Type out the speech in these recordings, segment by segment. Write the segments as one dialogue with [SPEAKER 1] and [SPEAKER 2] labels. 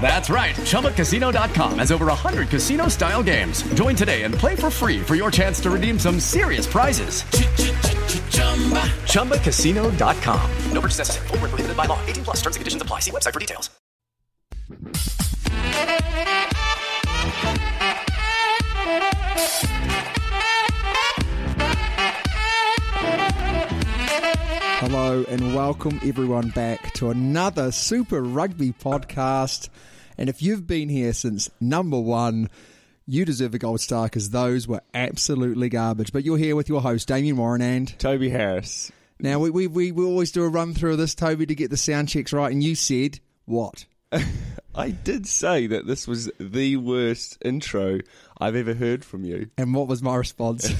[SPEAKER 1] That's right. ChumbaCasino.com has over 100 casino style games. Join today and play for free for your chance to redeem some serious prizes. ChumbaCasino.com.
[SPEAKER 2] No purchase necessary. Void were prohibited by law. 18 plus. Terms and conditions apply. See website for details.
[SPEAKER 3] Hello and welcome everyone back to another Super Rugby podcast. And if you've been here since number one, you deserve a gold star because those were absolutely garbage. But you're here with your host, Damien Warren and
[SPEAKER 4] Toby Harris.
[SPEAKER 3] now we, we, we, we always do a run through of this, Toby, to get the sound checks right. And you said what?
[SPEAKER 4] I did say that this was the worst intro I've ever heard from you.
[SPEAKER 3] And what was my response?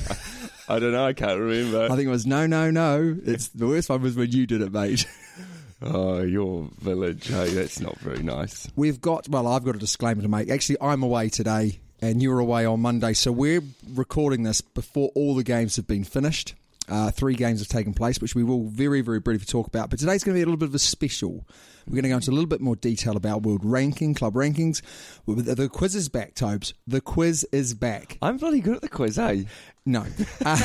[SPEAKER 4] I don't know, I can't remember.
[SPEAKER 3] I think it was no, no, no. It's the worst one was when you did it, mate.
[SPEAKER 4] oh, your village. Hey, that's not very nice.
[SPEAKER 3] We've got, well, I've got a disclaimer to make. Actually, I'm away today and you're away on Monday. So we're recording this before all the games have been finished. Uh, three games have taken place, which we will very, very briefly talk about. But today's going to be a little bit of a special. We're going to go into a little bit more detail about world ranking, club rankings. The the quiz is back, Tobes. The quiz is back.
[SPEAKER 4] I'm bloody good at the quiz, eh?
[SPEAKER 3] No. Uh,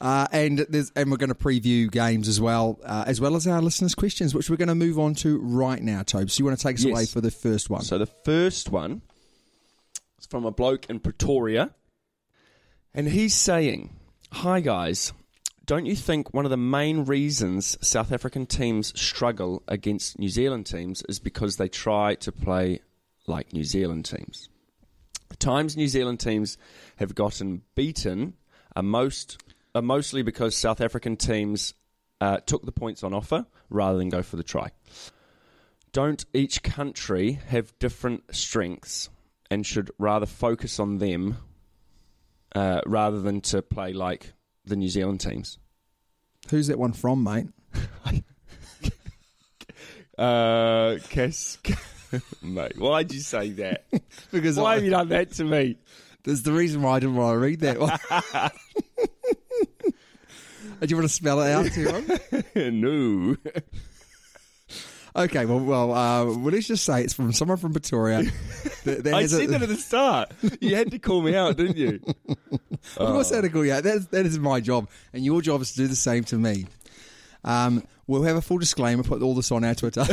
[SPEAKER 3] uh, and there's, and we're going to preview games as well, uh, as well as our listeners' questions, which we're going to move on to right now, Tobes. So you want to take us
[SPEAKER 4] Yes.
[SPEAKER 3] away for the first one?
[SPEAKER 4] So the first one is from a bloke in Pretoria, and he's saying, "Hi guys, don't you think one of the main reasons South African teams struggle against New Zealand teams is because they try to play like New Zealand teams? The times New Zealand teams have gotten beaten are most are mostly because South African teams uh, took the points on offer rather than go for the try." don't each country have different strengths and should rather focus on them uh, rather than to play like the New Zealand teams?
[SPEAKER 3] Who's that one from, mate?
[SPEAKER 4] Uh, Cass, mate, why'd you say that?
[SPEAKER 3] Because
[SPEAKER 4] Why
[SPEAKER 3] I-
[SPEAKER 4] have you done that to me?
[SPEAKER 3] There's the reason why I didn't want to read that one. Uh, Do you want to spell it out to him?
[SPEAKER 4] no.
[SPEAKER 3] Okay, well, well, uh, well, let's just say it's from someone from Pretoria. That, that
[SPEAKER 4] I
[SPEAKER 3] has a-
[SPEAKER 4] said that at the start. You had to call me out, didn't you?
[SPEAKER 3] Of course, that'll go. Yeah, that, that is my job, and your job is to do the same to me. Um, we'll have a full disclaimer. Put all this on our Twitter.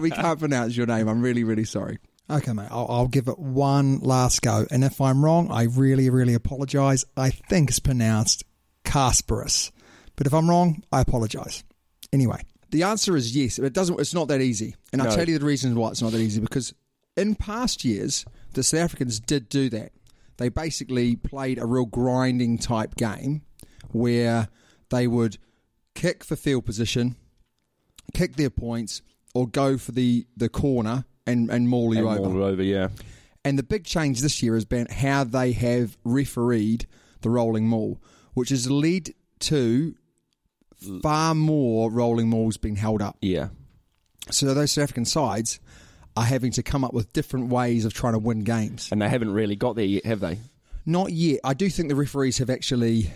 [SPEAKER 3] we can't pronounce your name. I'm really, really sorry. Okay, mate. I'll, I'll give it one last go, and if I'm wrong, I really, really apologise. I think it's pronounced Casperus, but if I'm wrong, I apologise. Anyway, the answer is yes. It doesn't. It's not that easy, and I'll
[SPEAKER 4] No.
[SPEAKER 3] tell you the reasons why it's not that easy. Because in past years, the South Africans did do that. They basically played a real grinding type game where they would kick for field position, kick their points, or go for the, the corner and, and maul you over.
[SPEAKER 4] All over, yeah.
[SPEAKER 3] And the big change this year has been how they have refereed the rolling maul, which has led to far more rolling mauls being held up.
[SPEAKER 4] Yeah.
[SPEAKER 3] So those South African sides are having to come up with different ways of trying to win games.
[SPEAKER 4] And they haven't really got there yet, have they?
[SPEAKER 3] Not yet. I do think the referees have actually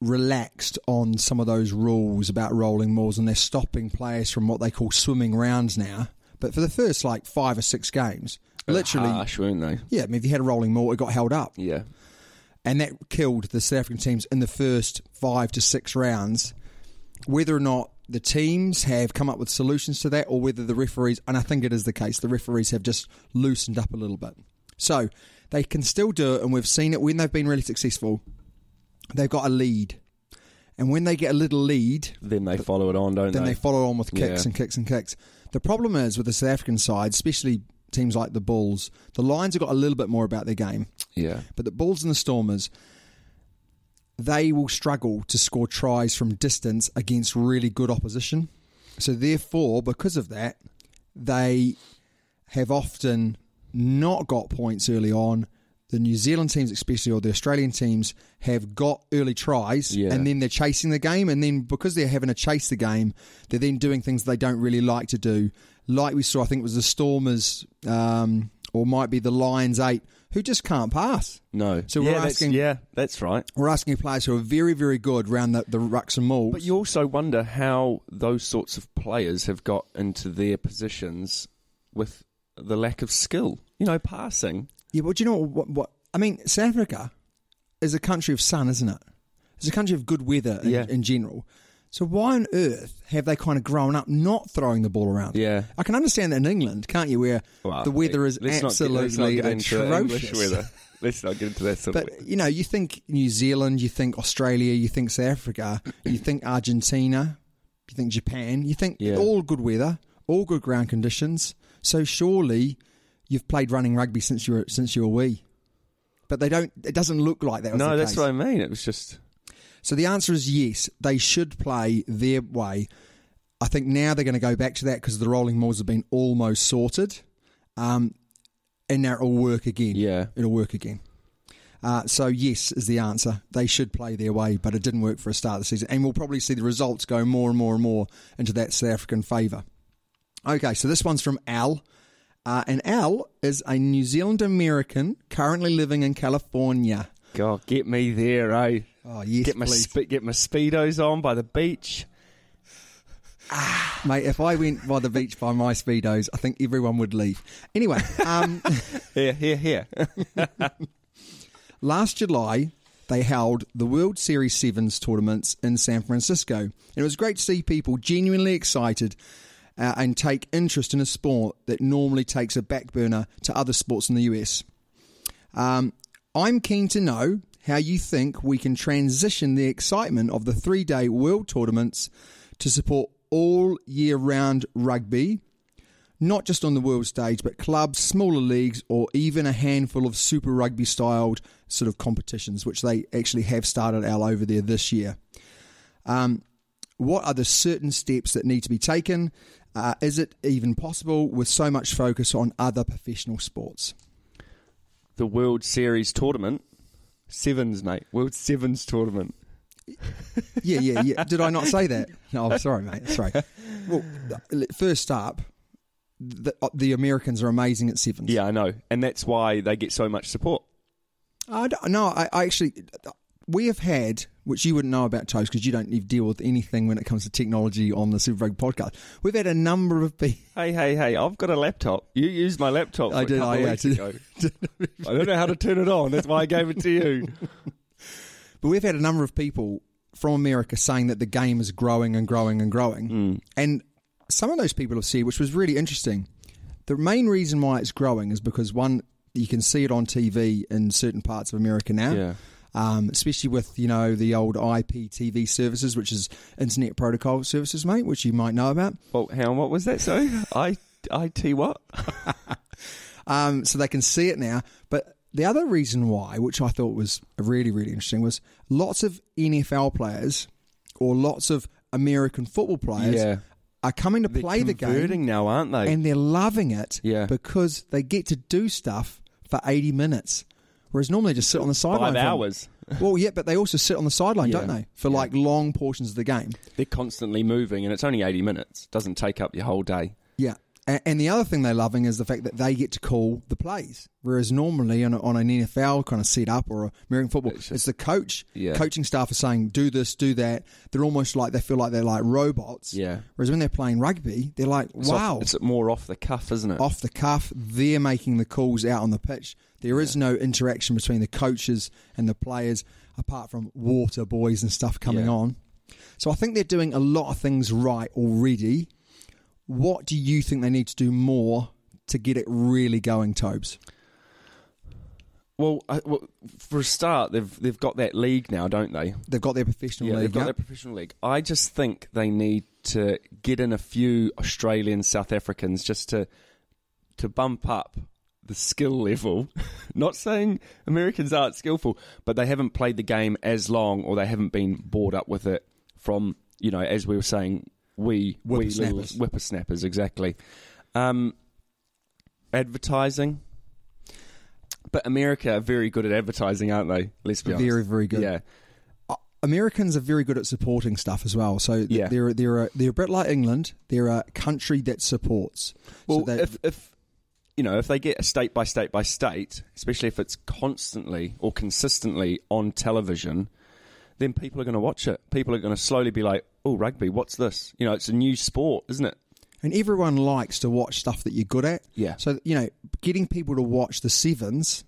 [SPEAKER 3] relaxed on some of those rules about rolling balls, and they're stopping players from what they call swimming rounds now. But for the first like five or six games, literally,
[SPEAKER 4] harsh, weren't they?
[SPEAKER 3] yeah. I mean, if you had a rolling ball, it got held up,
[SPEAKER 4] Yeah.
[SPEAKER 3] and that killed the South African teams in the first five to six rounds. Whether or not the teams have come up with solutions to that, or whether the referees, and I think it is the case, the referees have just loosened up a little bit. So they can still do it, and we've seen it when they've been really successful. They've got a lead, and when they get a little lead,
[SPEAKER 4] Then they follow it on, don't
[SPEAKER 3] then
[SPEAKER 4] they?
[SPEAKER 3] they follow on with kicks
[SPEAKER 4] Yeah.
[SPEAKER 3] and kicks and kicks. The problem is with the South African side, especially teams like the Bulls, the Lions have got a little bit more about their game.
[SPEAKER 4] yeah.
[SPEAKER 3] But the Bulls and the Stormers, they will struggle to score tries from distance against really good opposition. So therefore, because of that, they have often not got points early on. The New Zealand teams, especially, or the Australian teams, have got early tries,
[SPEAKER 4] Yeah.
[SPEAKER 3] and then they're chasing the game. And then because they're having to chase the game, they're then doing things they don't really like to do. Like we saw, I think it was the Stormers, um, or might be the Lions eight, who just can't pass.
[SPEAKER 4] No.
[SPEAKER 3] So
[SPEAKER 4] yeah,
[SPEAKER 3] we're
[SPEAKER 4] that's-
[SPEAKER 3] asking,
[SPEAKER 4] Yeah, that's right.
[SPEAKER 3] we're asking players who are very, very good round the, the rucks and mauls.
[SPEAKER 4] But you also wonder how those sorts of players have got into their positions with the lack of skill. You know, passing.
[SPEAKER 3] Yeah, but do you know what, what? I mean, South Africa is a country of sun, isn't it? It's a country of good weather in,
[SPEAKER 4] Yeah.
[SPEAKER 3] in general. So why on earth have they kind of grown up not throwing the ball around?
[SPEAKER 4] Yeah.
[SPEAKER 3] I can understand that in England, can't you? Where
[SPEAKER 4] Well,
[SPEAKER 3] the weather is
[SPEAKER 4] let's not get- let's not
[SPEAKER 3] absolutely
[SPEAKER 4] get into the English
[SPEAKER 3] atrocious.
[SPEAKER 4] weather. Let's not get into that sort of
[SPEAKER 3] But
[SPEAKER 4] weather.
[SPEAKER 3] you know, you think New Zealand, you think Australia, you think South Africa, you think Argentina, you think Japan, you think
[SPEAKER 4] Yeah.
[SPEAKER 3] all good weather, all good ground conditions. So surely you've played running rugby since you were since you were wee. But they don't. It doesn't look like that. was
[SPEAKER 4] No,
[SPEAKER 3] the
[SPEAKER 4] that's
[SPEAKER 3] case.
[SPEAKER 4] what I mean. It was just
[SPEAKER 3] So the answer is yes. They should play their way. I think now they're going to go back to that because the rolling malls have been almost sorted, um, and now it'll work again.
[SPEAKER 4] Yeah.
[SPEAKER 3] it'll work again. Uh, so yes is the answer. They should play their way, but it didn't work for a start of the season, and we'll probably see the results go more and more and more into that South African favour. Okay, so this one's from Al. Uh, and Al is a New Zealand American currently living in California.
[SPEAKER 4] God, get me there, eh?
[SPEAKER 3] Oh, yes,
[SPEAKER 4] get my
[SPEAKER 3] please.
[SPEAKER 4] spe- get my speedos on by the beach.
[SPEAKER 3] Mate, if I went by the beach by my speedos, I think everyone would leave. Anyway, um,
[SPEAKER 4] Here, here, here.
[SPEAKER 3] last July they held the World Series Sevens tournaments in San Francisco, and it was great to see people genuinely excited uh, and take interest in a sport that normally takes a back burner to other sports in the US. Um, I'm keen to know how you think we can transition the excitement of the three day world tournaments to support all year round rugby, not just on the world stage, but clubs, smaller leagues, or even a handful of super rugby styled sort of competitions, which they actually have started out over there this year. Um, what are the certain steps that need to be taken? Uh, is it even possible with so much focus on other professional sports?
[SPEAKER 4] the World Series tournament. Sevens, mate. World Sevens tournament.
[SPEAKER 3] Yeah, yeah, yeah. Did I not say that? No, I'm sorry, mate. Sorry. Well, th- first up, the, uh, the Americans are amazing at sevens.
[SPEAKER 4] Yeah, I know. And that's why they get so much support.
[SPEAKER 3] I don't- no, I, I actually, we have had, which you wouldn't know about, Toast, because you don't even deal with anything when it comes to technology on the Super Rugby podcast. We've had a number of people.
[SPEAKER 4] Hey, hey, hey, I've got a laptop. You used my laptop. for
[SPEAKER 3] I
[SPEAKER 4] a
[SPEAKER 3] did,
[SPEAKER 4] couple
[SPEAKER 3] I-
[SPEAKER 4] of
[SPEAKER 3] I
[SPEAKER 4] weeks
[SPEAKER 3] did.
[SPEAKER 4] ago. I don't know how to turn it on. That's why I gave it to you.
[SPEAKER 3] But we've had a number of people from America saying that the game is growing and growing and growing.
[SPEAKER 4] Hmm.
[SPEAKER 3] And some of those people have said, which was really interesting, the main reason why it's growing is because one, you can see it on TV in certain parts of America now.
[SPEAKER 4] Yeah.
[SPEAKER 3] Um, especially with you know the old IPTV services, which is Internet Protocol services, mate, which you might know about.
[SPEAKER 4] Well, hang on, what was that? Sorry? I, IT what?
[SPEAKER 3] Um, so they can see it now. But the other reason why, which I thought was really, really interesting, was lots of NFL players or lots of American football players
[SPEAKER 4] Yeah.
[SPEAKER 3] are coming to play the
[SPEAKER 4] Converting
[SPEAKER 3] game
[SPEAKER 4] now, aren't they?
[SPEAKER 3] and they're loving it
[SPEAKER 4] Yeah.
[SPEAKER 3] because they get to do stuff for 80 minutes. Whereas normally they just sit on the sideline.
[SPEAKER 4] Five
[SPEAKER 3] for-
[SPEAKER 4] hours.
[SPEAKER 3] Well, yeah, but they also sit on the sideline, don't
[SPEAKER 4] Yeah.
[SPEAKER 3] they? For like long portions of the game.
[SPEAKER 4] They're constantly moving, and it's only 80 minutes. Doesn't take up your whole day.
[SPEAKER 3] Yeah. And, and the other thing they're loving is the fact that they get to call the plays, whereas normally on, a, on an NFL kind of setup or American football, it's, the coach,
[SPEAKER 4] Yeah.
[SPEAKER 3] coaching staff are saying do this, do that. They're almost like they feel like they're like robots.
[SPEAKER 4] Yeah.
[SPEAKER 3] Whereas when they're playing rugby, they're like,
[SPEAKER 4] It's off-
[SPEAKER 3] wow,
[SPEAKER 4] it's more off the cuff, isn't it?
[SPEAKER 3] off the cuff. They're making the calls out on the pitch. There is no interaction between the coaches and the players apart from water boys and stuff coming
[SPEAKER 4] Yeah.
[SPEAKER 3] on. So I think they're doing a lot of things right already. What do you think they need to do more to get it really going, Tobes?
[SPEAKER 4] Well, I, well, for a start, they've they've got that league now, don't they?
[SPEAKER 3] They've got their professional
[SPEAKER 4] Yeah,
[SPEAKER 3] league.
[SPEAKER 4] they've got
[SPEAKER 3] yeah?
[SPEAKER 4] their professional league. I just think they need to get in a few Australian South Africans just to to bump up the skill level. Not saying Americans aren't skillful, but they haven't played the game as long, or they haven't been bored up with it from you know, as we were saying, we we little
[SPEAKER 3] Whippersnappers.
[SPEAKER 4] whippersnappers exactly. Um, advertising. But America are very good at advertising, aren't they? Let's be honest.
[SPEAKER 3] Very, very good. Uh,
[SPEAKER 4] Yeah.
[SPEAKER 3] Americans are very good at supporting stuff as well. So th-
[SPEAKER 4] Yeah.
[SPEAKER 3] they're they're a, they're a bit like England. They're a country that supports.
[SPEAKER 4] Well,
[SPEAKER 3] so they-
[SPEAKER 4] if, if you know, if they get a state by state by state, especially if it's constantly or consistently on television, then people are going to watch it. People are going to slowly be like, "Oh, rugby, what's this?" You know, it's a new sport, isn't it?
[SPEAKER 3] And everyone likes to watch stuff that you're good at.
[SPEAKER 4] Yeah.
[SPEAKER 3] So, you know, getting people to watch the sevens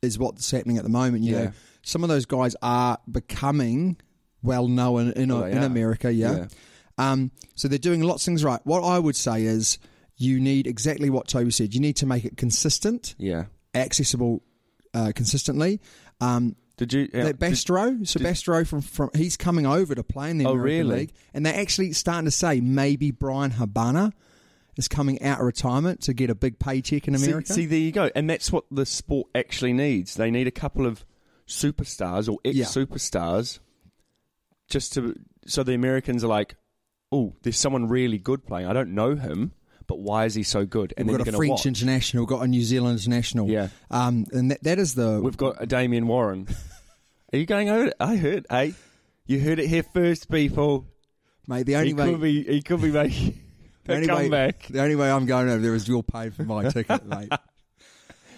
[SPEAKER 3] is what's happening at the moment. You
[SPEAKER 4] Yeah.
[SPEAKER 3] know, some of those guys are becoming well known in,
[SPEAKER 4] Well, they
[SPEAKER 3] in
[SPEAKER 4] are.
[SPEAKER 3] America. Yeah. Um, so they're doing lots of things right. What I would say is you need exactly what Toby said. You need to make it consistent,
[SPEAKER 4] Yeah.
[SPEAKER 3] accessible uh, consistently. Um,
[SPEAKER 4] Did you?
[SPEAKER 3] that Bastro, so Bastro from, from he's coming over to play in the
[SPEAKER 4] Oh,
[SPEAKER 3] American
[SPEAKER 4] really?
[SPEAKER 3] League, and they're actually starting to say maybe Brian Habana is coming out of retirement to get a big paycheck in
[SPEAKER 4] See-
[SPEAKER 3] America.
[SPEAKER 4] See, there you go. And that's what the sport actually needs. They need a couple of superstars or ex
[SPEAKER 3] Yeah.
[SPEAKER 4] superstars just to so the Americans are like, Oh, there's someone really good playing. I don't know him, but why is he so good? And
[SPEAKER 3] we've got
[SPEAKER 4] then they're
[SPEAKER 3] a French
[SPEAKER 4] gonna watch.
[SPEAKER 3] international, we've got a New Zealand international,
[SPEAKER 4] Yeah.
[SPEAKER 3] um, and that, that is the
[SPEAKER 4] We've got a Damien Warren. are you going over it? I heard hey. You heard it here first, people.
[SPEAKER 3] mate. The only
[SPEAKER 4] He
[SPEAKER 3] way,
[SPEAKER 4] could be he could be making
[SPEAKER 3] the
[SPEAKER 4] a
[SPEAKER 3] only way,
[SPEAKER 4] comeback.
[SPEAKER 3] the only way I'm going over there is you're paying for my ticket, mate.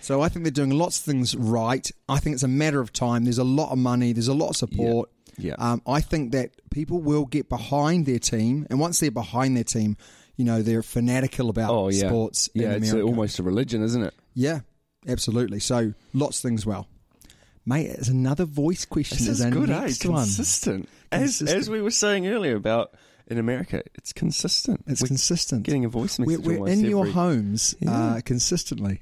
[SPEAKER 3] So I think they're doing lots of things right. I think it's a matter of time. There's a lot of money. There's a lot of support.
[SPEAKER 4] Yeah.
[SPEAKER 3] Um, I think that people will get behind their team, and once they're behind their team, you know they're fanatical about
[SPEAKER 4] Oh yeah.
[SPEAKER 3] sports.
[SPEAKER 4] Yeah,
[SPEAKER 3] in
[SPEAKER 4] it's a-
[SPEAKER 3] America.
[SPEAKER 4] almost a religion, isn't it?
[SPEAKER 3] Yeah, absolutely. So lots of things well, mate. It's another voice question.
[SPEAKER 4] This is
[SPEAKER 3] our
[SPEAKER 4] good, eh?
[SPEAKER 3] next one.
[SPEAKER 4] Consistent. As,
[SPEAKER 3] Consistent.
[SPEAKER 4] as we were saying earlier about in America, it's consistent.
[SPEAKER 3] It's
[SPEAKER 4] We're
[SPEAKER 3] consistent.
[SPEAKER 4] Getting a voice
[SPEAKER 3] We're,
[SPEAKER 4] message.
[SPEAKER 3] we're
[SPEAKER 4] almost
[SPEAKER 3] in your
[SPEAKER 4] every-
[SPEAKER 3] homes uh, consistently.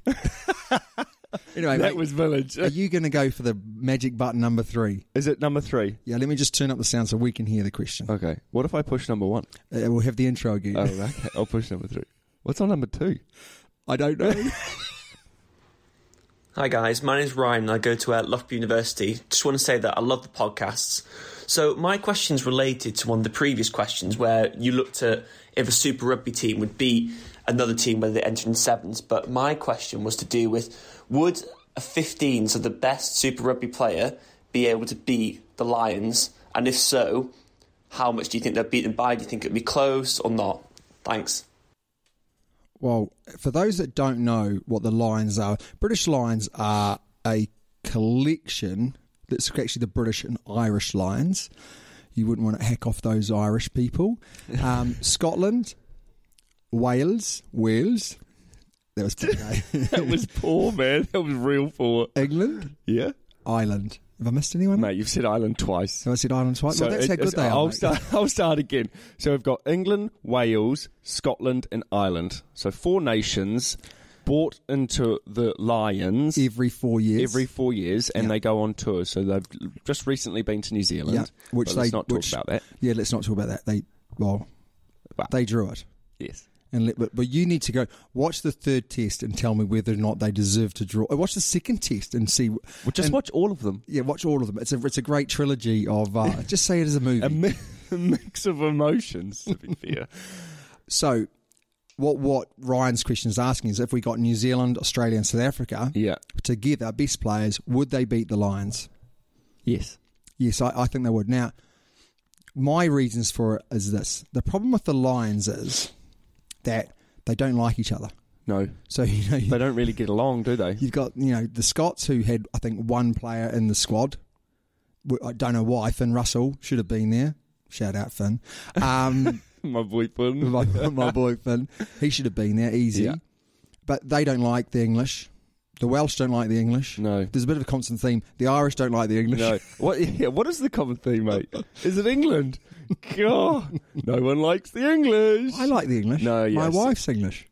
[SPEAKER 3] anyway,
[SPEAKER 4] That
[SPEAKER 3] mate,
[SPEAKER 4] was village.
[SPEAKER 3] are you going to go for the uh, magic button number three?
[SPEAKER 4] Is it number three?
[SPEAKER 3] Yeah, let me just turn up the sound so we can hear the question. Uh,
[SPEAKER 4] Okay. What if I push number one?
[SPEAKER 3] we'll have the intro again.
[SPEAKER 4] Oh, okay. I'll push number three. What's on number two?
[SPEAKER 3] I don't know.
[SPEAKER 5] Hi guys, my name is Ryan and I go to uh, Loughborough University. Just want to say that I love the podcasts. So my question's related to one of the previous questions where you looked at if a Super Rugby team would beat another team whether they entered in sevens, but my question was to do with would a 15, so the best Super Rugby player, be able to beat the Lions? And if so, how much do you think they'll beat them by? Do you think it'll be close or not? Thanks.
[SPEAKER 3] Well, for those that don't know what the Lions are, British Lions are a collection that's actually the British and Irish Lions. You wouldn't want to hack off those Irish people. Um, Scotland, Wales, Wales. That was pretty good.
[SPEAKER 4] That was poor, man. That was real poor.
[SPEAKER 3] England,
[SPEAKER 4] Yeah.
[SPEAKER 3] Ireland. Have I missed anyone?
[SPEAKER 4] Mate, you've said Ireland twice.
[SPEAKER 3] Have I said Ireland twice? well, that's
[SPEAKER 4] it-
[SPEAKER 3] how good
[SPEAKER 4] it's-
[SPEAKER 3] they are.
[SPEAKER 4] I'll
[SPEAKER 3] mate.
[SPEAKER 4] start. I'll start again. So we've got England, Wales, Scotland, and Ireland. So four nations bought into the Lions
[SPEAKER 3] Every four years.
[SPEAKER 4] every four years, and they go on tour. So they've just recently been to New Zealand.
[SPEAKER 3] Yeah, which
[SPEAKER 4] but
[SPEAKER 3] they
[SPEAKER 4] let's not talk
[SPEAKER 3] which-
[SPEAKER 4] about that.
[SPEAKER 3] Yeah, let's not talk about that. They well,
[SPEAKER 4] But-
[SPEAKER 3] they drew it.
[SPEAKER 4] Yes.
[SPEAKER 3] And let, but, but you need to go watch the third test and tell me whether or not they deserve to draw. Or watch the second test and see.
[SPEAKER 4] Well, just
[SPEAKER 3] and-
[SPEAKER 4] watch all of them.
[SPEAKER 3] Yeah, watch all of them. It's a it's a great trilogy of. Uh, just say it as a movie.
[SPEAKER 4] A, mi- a mix of emotions, to be fair.
[SPEAKER 3] so, what what Ryan's question is asking is if we got New Zealand, Australia, and South Africa
[SPEAKER 4] yeah.
[SPEAKER 3] together, best players, would they beat the Lions?
[SPEAKER 4] Yes.
[SPEAKER 3] Yes, I, I think they would. Now, my reasons for it is this: the problem with the Lions is that they don't like each other.
[SPEAKER 4] No.
[SPEAKER 3] So you know
[SPEAKER 4] they don't really get along, do they?
[SPEAKER 3] You've got you know the Scots who had I think one player in the squad. W- I don't know why Finn Russell should have been there. Shout out Finn. Um,
[SPEAKER 4] my boy Finn.
[SPEAKER 3] my, my boy Finn. He should have been there easy.
[SPEAKER 4] Yeah.
[SPEAKER 3] But they don't like the English. The Welsh don't like the English.
[SPEAKER 4] No.
[SPEAKER 3] There's a bit of a constant theme. The Irish don't like the English.
[SPEAKER 4] No. What? Yeah, what is the common theme, mate? Is it England? God, no one likes the English.
[SPEAKER 3] I like the English.
[SPEAKER 4] No,
[SPEAKER 3] My
[SPEAKER 4] yes.
[SPEAKER 3] wife's English.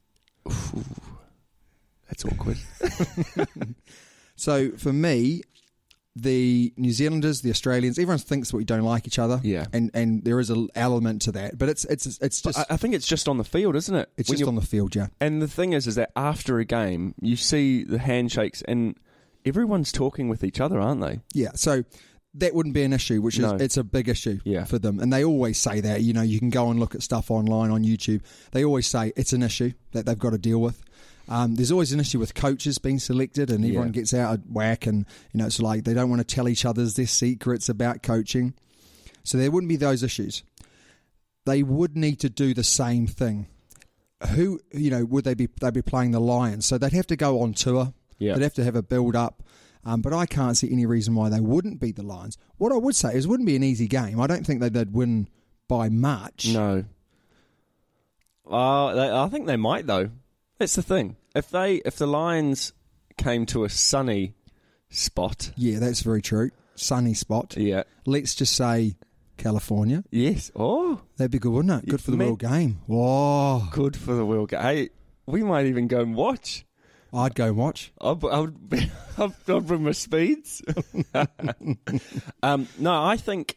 [SPEAKER 4] That's awkward.
[SPEAKER 3] So for me, the New Zealanders, the Australians, everyone thinks that we don't like each other.
[SPEAKER 4] Yeah.
[SPEAKER 3] and and there is an element to that, but it's it's it's just
[SPEAKER 4] I, I think it's just on the field, isn't it?
[SPEAKER 3] it's
[SPEAKER 4] When
[SPEAKER 3] just
[SPEAKER 4] you're-
[SPEAKER 3] on the field, yeah.
[SPEAKER 4] And the thing is, is that after a game, you see the handshakes and everyone's talking with each other, aren't they?
[SPEAKER 3] Yeah, so that wouldn't be an issue, which
[SPEAKER 4] No.
[SPEAKER 3] is it's a big issue
[SPEAKER 4] Yeah.
[SPEAKER 3] for them. And they always say that, you know, you can go and look at stuff online on YouTube. They always say it's an issue that they've got to deal with. Um, there's always an issue with coaches being selected and everyone
[SPEAKER 4] Yeah.
[SPEAKER 3] gets out of whack and you know it's like they don't want to tell each other's their secrets about coaching. So there wouldn't be those issues. They would need to do the same thing. Who you know would they be? They'd be playing the Lions, so they'd have to go on tour.
[SPEAKER 4] Yeah.
[SPEAKER 3] They'd have to have a build up. Um, but I can't see any reason why they wouldn't beat the Lions. What I would say is, it wouldn't be an easy game. I don't think they'd, they'd win by much.
[SPEAKER 4] No. Uh, they, I think they might though. That's the thing. If they, if the Lions came to a sunny spot,
[SPEAKER 3] Yeah, that's very true. Sunny spot.
[SPEAKER 4] yeah,
[SPEAKER 3] Let's just say California.
[SPEAKER 4] yes, oh,
[SPEAKER 3] That'd be good, wouldn't it? Good for the
[SPEAKER 4] Man-
[SPEAKER 3] World Game. Whoa,
[SPEAKER 4] good for the World Cup. Hey, we might even go and watch.
[SPEAKER 3] I'd go and watch.
[SPEAKER 4] I'll, bu- I'll, be- I'll, I'll bring my speeds. um, no, I think.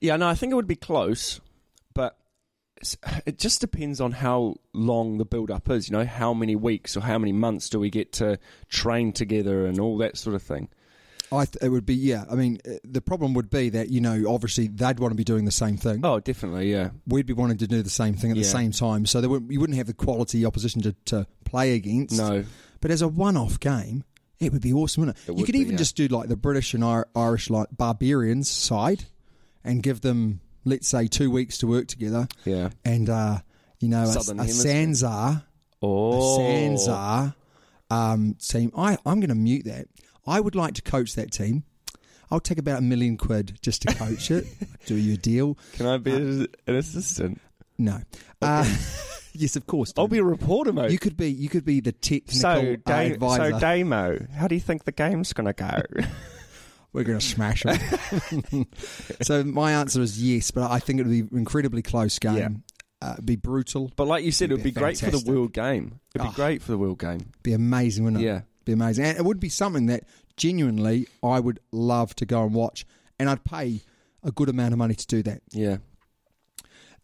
[SPEAKER 4] Yeah, no, I think it would be close, but it's, it just depends on how long the build up is. You know, how many weeks or how many months do we get to train together and all that sort of thing.
[SPEAKER 3] I th- it would be yeah. I mean, uh, the problem would be that you know, obviously, they'd want to be doing the same thing.
[SPEAKER 4] Oh, definitely, yeah.
[SPEAKER 3] we'd be wanting to do the same thing at the
[SPEAKER 4] Yeah.
[SPEAKER 3] same time. So there would, you wouldn't have the quality opposition to, to play against.
[SPEAKER 4] No.
[SPEAKER 3] But as a one off game, it would be awesome, wouldn't it?
[SPEAKER 4] It
[SPEAKER 3] you
[SPEAKER 4] would
[SPEAKER 3] could
[SPEAKER 4] be,
[SPEAKER 3] even
[SPEAKER 4] yeah.
[SPEAKER 3] just do like the British and Ir- Irish like barbarians side and give them, let's say, two weeks to work together.
[SPEAKER 4] Yeah.
[SPEAKER 3] And, uh, you know, a,
[SPEAKER 4] Southern
[SPEAKER 3] a
[SPEAKER 4] Hemisphere.
[SPEAKER 3] Sanzar, a
[SPEAKER 4] Oh,
[SPEAKER 3] Sanzar um, team. I, I'm going to mute that. I would like to coach that team. I'll take about a million quid just to coach it. Do you a deal?
[SPEAKER 4] Can I be an an assistant?
[SPEAKER 3] No. Uh, yes, of course.
[SPEAKER 4] I'll
[SPEAKER 3] Tony.
[SPEAKER 4] be a reporter, mate.
[SPEAKER 3] You could be. You could be the technical
[SPEAKER 4] so,
[SPEAKER 3] uh,
[SPEAKER 4] da-
[SPEAKER 3] advisor.
[SPEAKER 4] so Damo, how do you think the game's going to go?
[SPEAKER 3] We're going to smash them. so my answer is yes, but I think it would be an incredibly close game.
[SPEAKER 4] Yeah.
[SPEAKER 3] Uh, it'd be brutal.
[SPEAKER 4] But like you said, it
[SPEAKER 3] It'd
[SPEAKER 4] would
[SPEAKER 3] be
[SPEAKER 4] be great for the
[SPEAKER 3] fantastic.
[SPEAKER 4] world game. It'd
[SPEAKER 3] Oh.
[SPEAKER 4] be great for the world game.
[SPEAKER 3] be amazing, wouldn't it?
[SPEAKER 4] Yeah.
[SPEAKER 3] Be amazing. And it would be something that genuinely I would love to go and watch, and I'd pay a good amount of money to do that.
[SPEAKER 4] Yeah.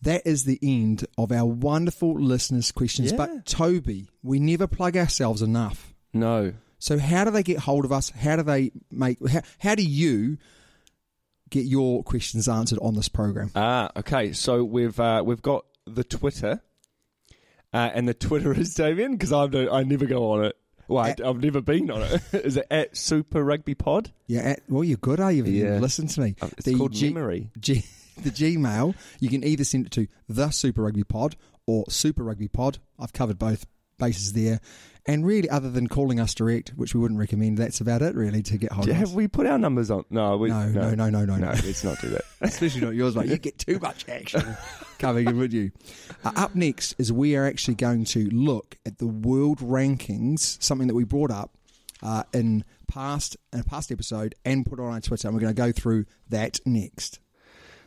[SPEAKER 3] That is the end of our wonderful listeners' questions.
[SPEAKER 4] Yeah.
[SPEAKER 3] But Toby, we never plug ourselves enough.
[SPEAKER 4] No.
[SPEAKER 3] So how do they get hold of us? How do they make? How, how do you get your questions answered on this program?
[SPEAKER 4] Ah, okay. So we've uh, we've got the Twitter, uh, and the Twitter is Damien because I don't I never go on it. Well, I,
[SPEAKER 3] At-
[SPEAKER 4] have never been on it. is it at Super Rugby Pod?
[SPEAKER 3] Yeah, at, well, you're good, are you?
[SPEAKER 4] Yeah.
[SPEAKER 3] You listen to me.
[SPEAKER 4] Uh, it's called memory.
[SPEAKER 3] G, the Gmail. You can either send it to the Super Rugby Pod or Super Rugby Pod. I've covered both bases there. And really, other than calling us direct, which we wouldn't recommend, that's about it really to get hold
[SPEAKER 4] Do-
[SPEAKER 3] of us.
[SPEAKER 4] Have we put our numbers on? No, we,
[SPEAKER 3] No, no, no, no, no, no.
[SPEAKER 4] Let's not do that.
[SPEAKER 3] Especially not yours, mate. You get too much action coming in, would you? Uh, up next is we are actually going to look at the world rankings, something that we brought up uh, in past in a past episode and put on our Twitter, and we're going to go through that next.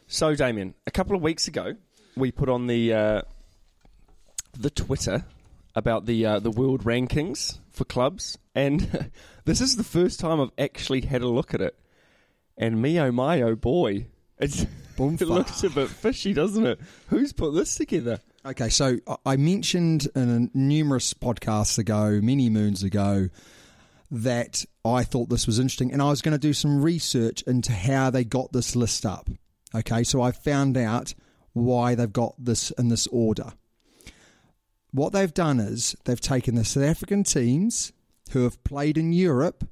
[SPEAKER 4] so, Damien, a couple of weeks ago, we put on the uh, the Twitter about the uh, the world rankings for clubs, and this is the first time I've actually had a look at it. And me oh my oh boy, it's, it
[SPEAKER 3] Bumfuck.
[SPEAKER 4] looks a bit fishy, doesn't it? Who's put this together?
[SPEAKER 3] Okay, so I- I mentioned in a- numerous podcasts ago, many moons ago, that I thought this was interesting, and I was going to do some research into how they got this list up. Okay, so I found out why they've got this in this order. What they've done is they've taken the South African teams who have played in Europe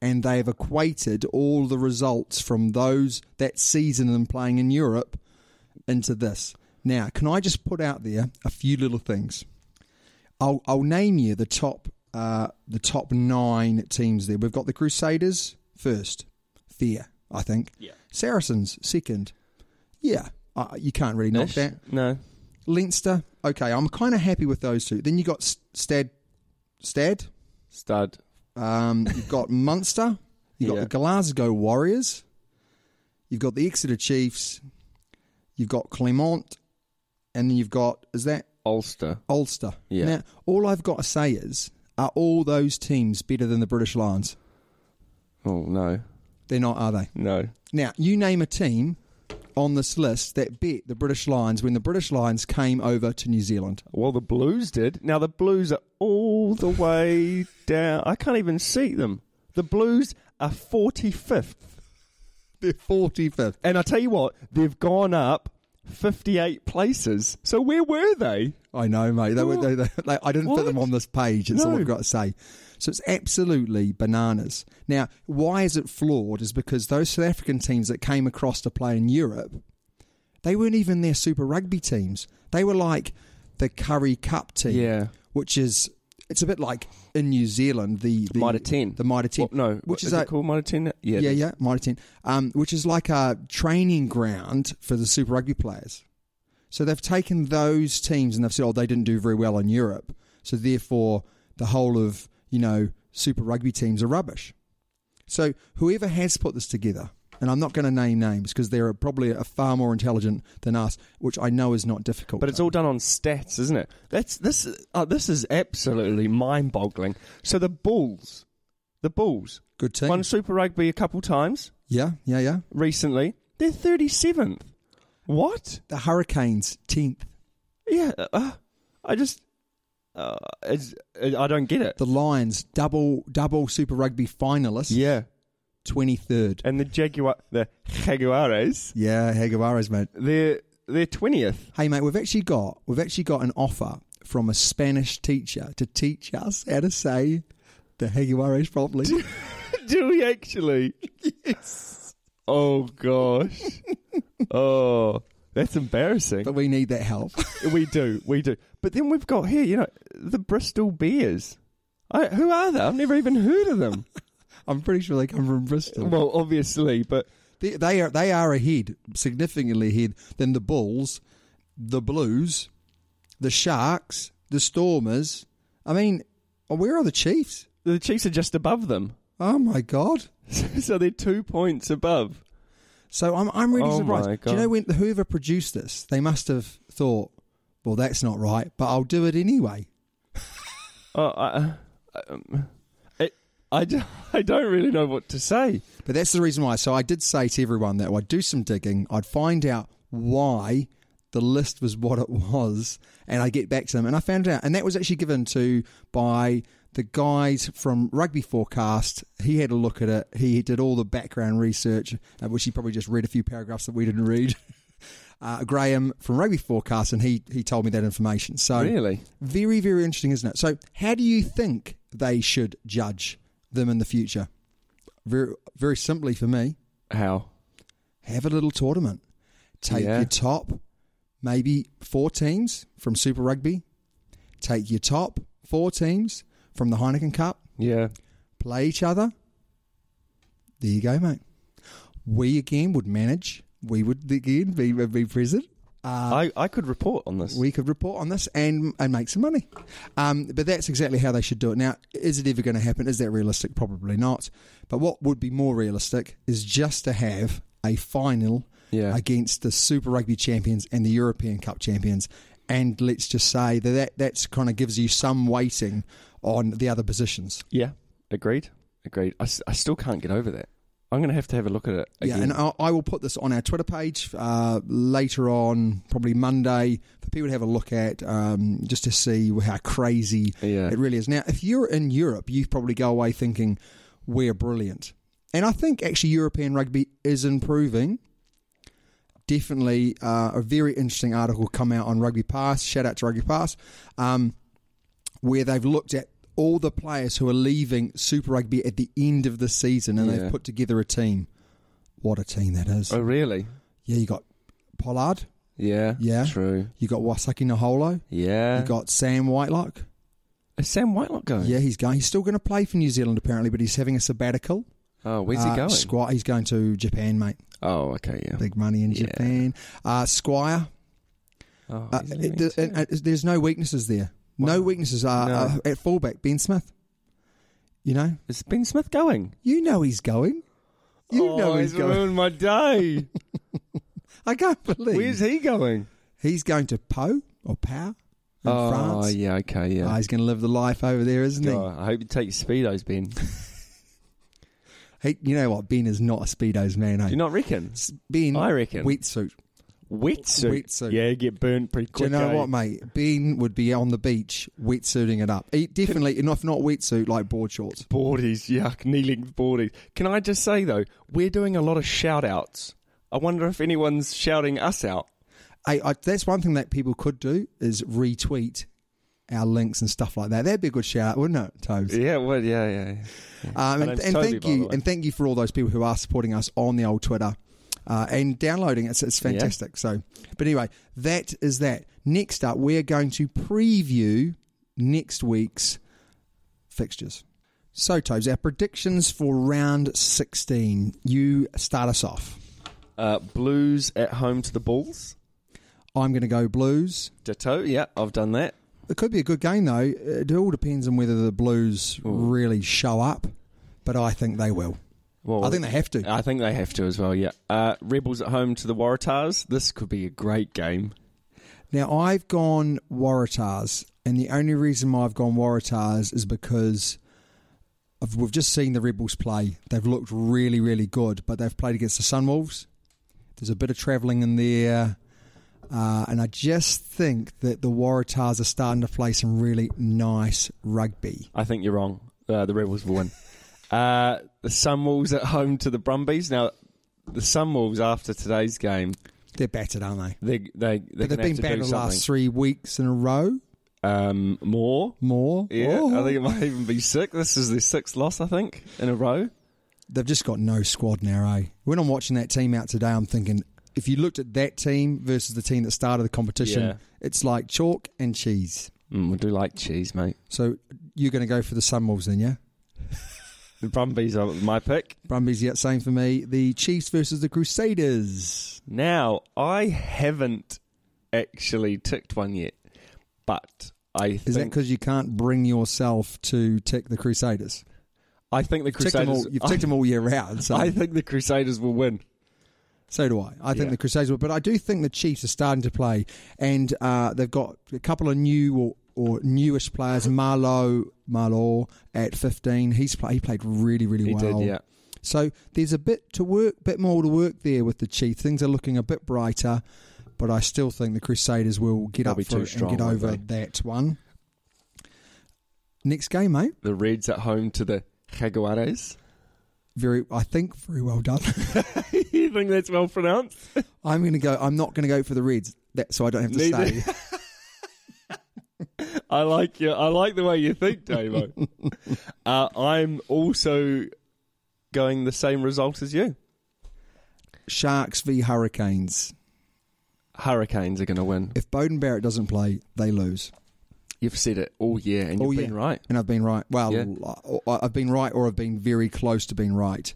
[SPEAKER 3] and they've equated all the results from those that season and playing in Europe into this. Now, can I just put out there a few little things? I'll, I'll name you the top uh, the top nine teams there. We've got the Crusaders first, fair, I think.
[SPEAKER 4] Yeah.
[SPEAKER 3] Saracens second. Yeah, uh, you can't really knock
[SPEAKER 4] Ish.
[SPEAKER 3] that.
[SPEAKER 4] No.
[SPEAKER 3] Leinster, okay, I'm kind of happy with those two. Then you got S- Stad, Stad.
[SPEAKER 4] Stud.
[SPEAKER 3] Um, you've got Munster. You've got
[SPEAKER 4] Yeah.
[SPEAKER 3] the Glasgow Warriors. You've got the Exeter Chiefs. You've got Clermont, and then you've got is that
[SPEAKER 4] Ulster.
[SPEAKER 3] Ulster?
[SPEAKER 4] Yeah.
[SPEAKER 3] Now, all I've got to say is, are all those teams better than the British Lions?
[SPEAKER 4] Oh, no.
[SPEAKER 3] They're not, are they?
[SPEAKER 4] No.
[SPEAKER 3] Now, you name a team on this list that bet the British Lions when the British Lions came over to New Zealand.
[SPEAKER 4] Well, the Blues did. Now, the Blues are all the way down. I can't even see them. The Blues are 45th.
[SPEAKER 3] They're 45th.
[SPEAKER 4] And I tell you what, they've gone up 58 places. So where were they?
[SPEAKER 3] I know, mate. They were,
[SPEAKER 4] What?
[SPEAKER 3] they, they, like, I didn't put them
[SPEAKER 4] What?
[SPEAKER 3] on this page. That's all
[SPEAKER 4] No.
[SPEAKER 3] I've got to say. So it's absolutely bananas. Now, why is it flawed? Is because those South African teams that came across to play in Europe, they weren't even their Super Rugby teams. They were like the Curry Cup team,
[SPEAKER 4] Yeah.
[SPEAKER 3] which is it's a bit like in New Zealand the, the
[SPEAKER 4] Mitre 10.
[SPEAKER 3] the Mitre Ten,
[SPEAKER 4] Well, no,
[SPEAKER 3] which is
[SPEAKER 4] it
[SPEAKER 3] like,
[SPEAKER 4] called Mitre 10? Yeah, it
[SPEAKER 3] yeah,
[SPEAKER 4] is.
[SPEAKER 3] yeah, Mitre 10, um, which is like a training ground for the Super Rugby players. So they've taken those teams and they've said, oh, they didn't do very well in Europe. So therefore, the whole of, you know, Super Rugby teams are rubbish. So whoever has put this together, and I'm not going to name names because they're probably a far more intelligent than us, which I know is not difficult.
[SPEAKER 4] But it's all done on stats, isn't it? That's this. Uh, this is absolutely mind-boggling. So the Bulls, the Bulls,
[SPEAKER 3] good team.
[SPEAKER 4] won Super Rugby a couple times
[SPEAKER 3] yeah, yeah, yeah.
[SPEAKER 4] recently. They're thirty seventh. What?
[SPEAKER 3] The Hurricanes, 10th.
[SPEAKER 4] Yeah, uh, I just, uh, it's, I don't get it.
[SPEAKER 3] The Lions, double double Super Rugby finalists,
[SPEAKER 4] Yeah,
[SPEAKER 3] 23rd.
[SPEAKER 4] and the Jaguar, the Jaguares,
[SPEAKER 3] Yeah, Hagavares, mate.
[SPEAKER 4] they're they're twentieth.
[SPEAKER 3] Hey, mate, we've actually got we've actually got an offer from a Spanish teacher to teach us how to say the Hagavares properly.
[SPEAKER 4] Do we actually? yes. Oh gosh. oh, that's embarrassing.
[SPEAKER 3] but we need that help.
[SPEAKER 4] we do, we do. But then we've got here, you know, the Bristol Bears. I, who are they? I've never even heard of them.
[SPEAKER 3] I'm pretty sure they come from Bristol.
[SPEAKER 4] well, obviously, but
[SPEAKER 3] they, they are they are ahead, significantly ahead than the Bulls, the Blues, the Sharks, the Stormers. I mean, where are the Chiefs?
[SPEAKER 4] the Chiefs are just above them,
[SPEAKER 3] Oh my God!
[SPEAKER 4] so they're two points above.
[SPEAKER 3] So I'm I'm really
[SPEAKER 4] Oh
[SPEAKER 3] surprised.
[SPEAKER 4] my
[SPEAKER 3] Do
[SPEAKER 4] God.
[SPEAKER 3] you know when whoever produced this, they must have thought, well, that's not right, but I'll do it anyway.
[SPEAKER 4] Oh, I, I, um, it, I, d- I don't really know what to say.
[SPEAKER 3] But that's the reason why. So I did say to everyone that I'd do some digging, I'd find out why the list was what it was, and I get back to them. And I found out, and that was actually given to by the guys from Rugby Forecast. He had a look at it. He did all the background research, uh, which he probably just read a few paragraphs that we didn't read. Uh, Graham from Rugby Forecast, and he he told me that information. So
[SPEAKER 4] Really?
[SPEAKER 3] very very interesting, isn't it? So how do you think they should judge them in the future? very very simply for me,
[SPEAKER 4] How?
[SPEAKER 3] have a little tournament. Take
[SPEAKER 4] Yeah.
[SPEAKER 3] your top, maybe four teams from Super Rugby. Take your top four teams from the Heineken Cup.
[SPEAKER 4] Yeah.
[SPEAKER 3] Play each other. There you go, mate. We again would manage. We would again be be present.
[SPEAKER 4] I, I could report on this.
[SPEAKER 3] Uh, We could report on this and and make some money. Um, but that's exactly how they should do it. Now, is it ever going to happen? Is that realistic? Probably not. But what would be more realistic is just to have a final
[SPEAKER 4] Yeah.
[SPEAKER 3] against the Super Rugby champions and the European Cup champions. And let's just say that, that that's kind of gives you some weighting on the other positions.
[SPEAKER 4] yeah, agreed. Agreed. I, s- I still can't get over that. I'm going to have to have a look at it again.
[SPEAKER 3] Yeah, and I, I will put this on our Twitter page uh, later on, probably Monday, for people to have a look at, um, just to see how crazy
[SPEAKER 4] Yeah.
[SPEAKER 3] it really is. Now, if you're in Europe, you probably go away thinking we're brilliant, and I think actually European rugby is improving. Definitely, uh, a very interesting article come out on Rugby Pass. Shout out to Rugby Pass, um, where they've looked at all the players who are leaving Super Rugby at the end of the season, and
[SPEAKER 4] Yeah.
[SPEAKER 3] they've put together a team. What a team that is.
[SPEAKER 4] oh, really?
[SPEAKER 3] Yeah, you got Pollard,
[SPEAKER 4] Yeah.
[SPEAKER 3] Yeah.
[SPEAKER 4] True.
[SPEAKER 3] You got Wasaki Naholo.
[SPEAKER 4] Yeah.
[SPEAKER 3] You got Sam Whitelock.
[SPEAKER 4] Is Sam Whitelock going?
[SPEAKER 3] Yeah, he's going. He's still going to play for New Zealand apparently, but he's having a sabbatical.
[SPEAKER 4] Oh, where's he
[SPEAKER 3] Uh,
[SPEAKER 4] going?
[SPEAKER 3] Squire. He's going to Japan, mate.
[SPEAKER 4] oh, okay. Yeah.
[SPEAKER 3] Big money in
[SPEAKER 4] Yeah.
[SPEAKER 3] Japan. Uh, Squire.
[SPEAKER 4] Oh,
[SPEAKER 3] Uh,
[SPEAKER 4] he's
[SPEAKER 3] it-
[SPEAKER 4] leaving
[SPEAKER 3] th-
[SPEAKER 4] too.
[SPEAKER 3] and- and there's no weaknesses there. No weaknesses are
[SPEAKER 4] No.
[SPEAKER 3] uh, at fullback. Ben Smith. You know,
[SPEAKER 4] Is Ben Smith going?
[SPEAKER 3] you know he's going. You
[SPEAKER 4] oh,
[SPEAKER 3] know he's
[SPEAKER 4] he's
[SPEAKER 3] going.
[SPEAKER 4] ruined my day.
[SPEAKER 3] I can't believe
[SPEAKER 4] Where's he going?
[SPEAKER 3] he's going to Po or Pau in
[SPEAKER 4] oh,
[SPEAKER 3] France.
[SPEAKER 4] yeah. Okay. Yeah.
[SPEAKER 3] Ah, he's going to live the life over there, isn't he?
[SPEAKER 4] God, I hope you take your speedos, Ben.
[SPEAKER 3] Hey, you know what? Ben is not a speedos man. Eh?
[SPEAKER 4] Do you not reckon?
[SPEAKER 3] S- Ben,
[SPEAKER 4] I reckon.
[SPEAKER 3] wetsuit.
[SPEAKER 4] Wetsuit.
[SPEAKER 3] Wetsuit.
[SPEAKER 4] Yeah, you get burnt pretty
[SPEAKER 3] Do
[SPEAKER 4] quick.
[SPEAKER 3] you know
[SPEAKER 4] eh?
[SPEAKER 3] what, mate? Ben would be on the beach wetsuiting it up. He definitely, and if not wetsuit, like board shorts.
[SPEAKER 4] Boardies, yuck, kneeling boardies. Can I just say though, we're doing a lot of shout outs. I wonder if anyone's shouting us out.
[SPEAKER 3] Hey, I, that's one thing that people could do is retweet our links and stuff like that. That'd be a good shout out, wouldn't it, Toves?
[SPEAKER 4] Yeah, well, yeah, yeah.
[SPEAKER 3] Um,
[SPEAKER 4] My
[SPEAKER 3] and,
[SPEAKER 4] name's
[SPEAKER 3] and
[SPEAKER 4] Toby,
[SPEAKER 3] thank
[SPEAKER 4] by the
[SPEAKER 3] you,
[SPEAKER 4] way.
[SPEAKER 3] and thank you for all those people who are supporting us on the old Twitter uh, and downloading. It's it's fantastic. So, but anyway, that is that. Next up, we are going to preview next week's fixtures. So, Tobes, our predictions for round sixteen. You start us off.
[SPEAKER 4] Uh, blues at home to the Bulls.
[SPEAKER 3] I'm going to go Blues.
[SPEAKER 4] Ditto. Yeah, I've done that.
[SPEAKER 3] It could be a good game though. It all depends on whether the Blues really show up, but I think they will.
[SPEAKER 4] Well,
[SPEAKER 3] I think they have to.
[SPEAKER 4] I think they have to as well. Yeah. Uh, Rebels at home to the Waratahs. This could be a great game.
[SPEAKER 3] Now I've gone Waratahs, and the only reason why I've gone Waratahs is because of, we've just seen the Rebels play. They've looked really, really good, but they've played against the Sunwolves. There's a bit of travelling in there, uh, and I just think that the Waratahs are starting to play some really nice rugby.
[SPEAKER 4] I think you're wrong. Uh, the Rebels will win. uh, the Sunwolves at home to the Brumbies. Now, the Sunwolves after today's game,
[SPEAKER 3] They're battered, aren't
[SPEAKER 4] they
[SPEAKER 3] they?
[SPEAKER 4] they they're
[SPEAKER 3] But they've
[SPEAKER 4] gonna have
[SPEAKER 3] been
[SPEAKER 4] to
[SPEAKER 3] battered
[SPEAKER 4] do
[SPEAKER 3] the
[SPEAKER 4] something.
[SPEAKER 3] last three weeks in a row.
[SPEAKER 4] um, more.
[SPEAKER 3] More,
[SPEAKER 4] Yeah,
[SPEAKER 3] Oh.
[SPEAKER 4] I think it might even be six. This is their sixth loss, I think, in a row.
[SPEAKER 3] they've just got no squad now, eh? When I'm watching that team out today, I'm thinking if you looked at that team versus the team that started the competition,
[SPEAKER 4] Yeah.
[SPEAKER 3] it's like chalk and cheese.
[SPEAKER 4] Mm, we do like cheese, mate.
[SPEAKER 3] So you're going to go for the Sunwolves then, yeah?
[SPEAKER 4] The Brumbies are my pick.
[SPEAKER 3] Brumbies, yeah, same for me. The Chiefs versus the Crusaders.
[SPEAKER 4] Now, I haven't actually ticked one yet, but I think
[SPEAKER 3] Is that because you can't bring yourself to tick the Crusaders?
[SPEAKER 4] I think the
[SPEAKER 3] Tick them
[SPEAKER 4] Crusaders.
[SPEAKER 3] all, you've ticked them all year round, so,
[SPEAKER 4] I think the Crusaders will win.
[SPEAKER 3] so do I. I think
[SPEAKER 4] Yeah.
[SPEAKER 3] the Crusaders will, but I do think the Chiefs are starting to play, and uh, they've got a couple of new or, or newish players. Marlow, Marlow at 15, he's play, he played really, really
[SPEAKER 4] He
[SPEAKER 3] well.
[SPEAKER 4] did, yeah.
[SPEAKER 3] So there's a bit to work, bit more to work there with the Chiefs. Things are looking a bit brighter, but I still think the Crusaders will get
[SPEAKER 4] They'll
[SPEAKER 3] up
[SPEAKER 4] be
[SPEAKER 3] for
[SPEAKER 4] too
[SPEAKER 3] it
[SPEAKER 4] strong,
[SPEAKER 3] and get
[SPEAKER 4] won't
[SPEAKER 3] over that one. Next game, eh? mate.
[SPEAKER 4] The Reds at home to the Jaguares.
[SPEAKER 3] Very, I think, very well done.
[SPEAKER 4] you think that's well pronounced?
[SPEAKER 3] I'm going to go. I'm not going to go for the Reds, that, so I don't have to
[SPEAKER 4] Neither-
[SPEAKER 3] stay.
[SPEAKER 4] I like you. I like the way you think, Davo. uh, I'm also going the same result as you.
[SPEAKER 3] Sharks v Hurricanes.
[SPEAKER 4] Hurricanes are going to win.
[SPEAKER 3] If Bowden Barrett doesn't play, they lose.
[SPEAKER 4] You've said it all year, and
[SPEAKER 3] Oh,
[SPEAKER 4] you've
[SPEAKER 3] yeah.
[SPEAKER 4] been right.
[SPEAKER 3] And I've been right. Well,
[SPEAKER 4] Yeah.
[SPEAKER 3] I- I- I've been right, or I've been very close to being right.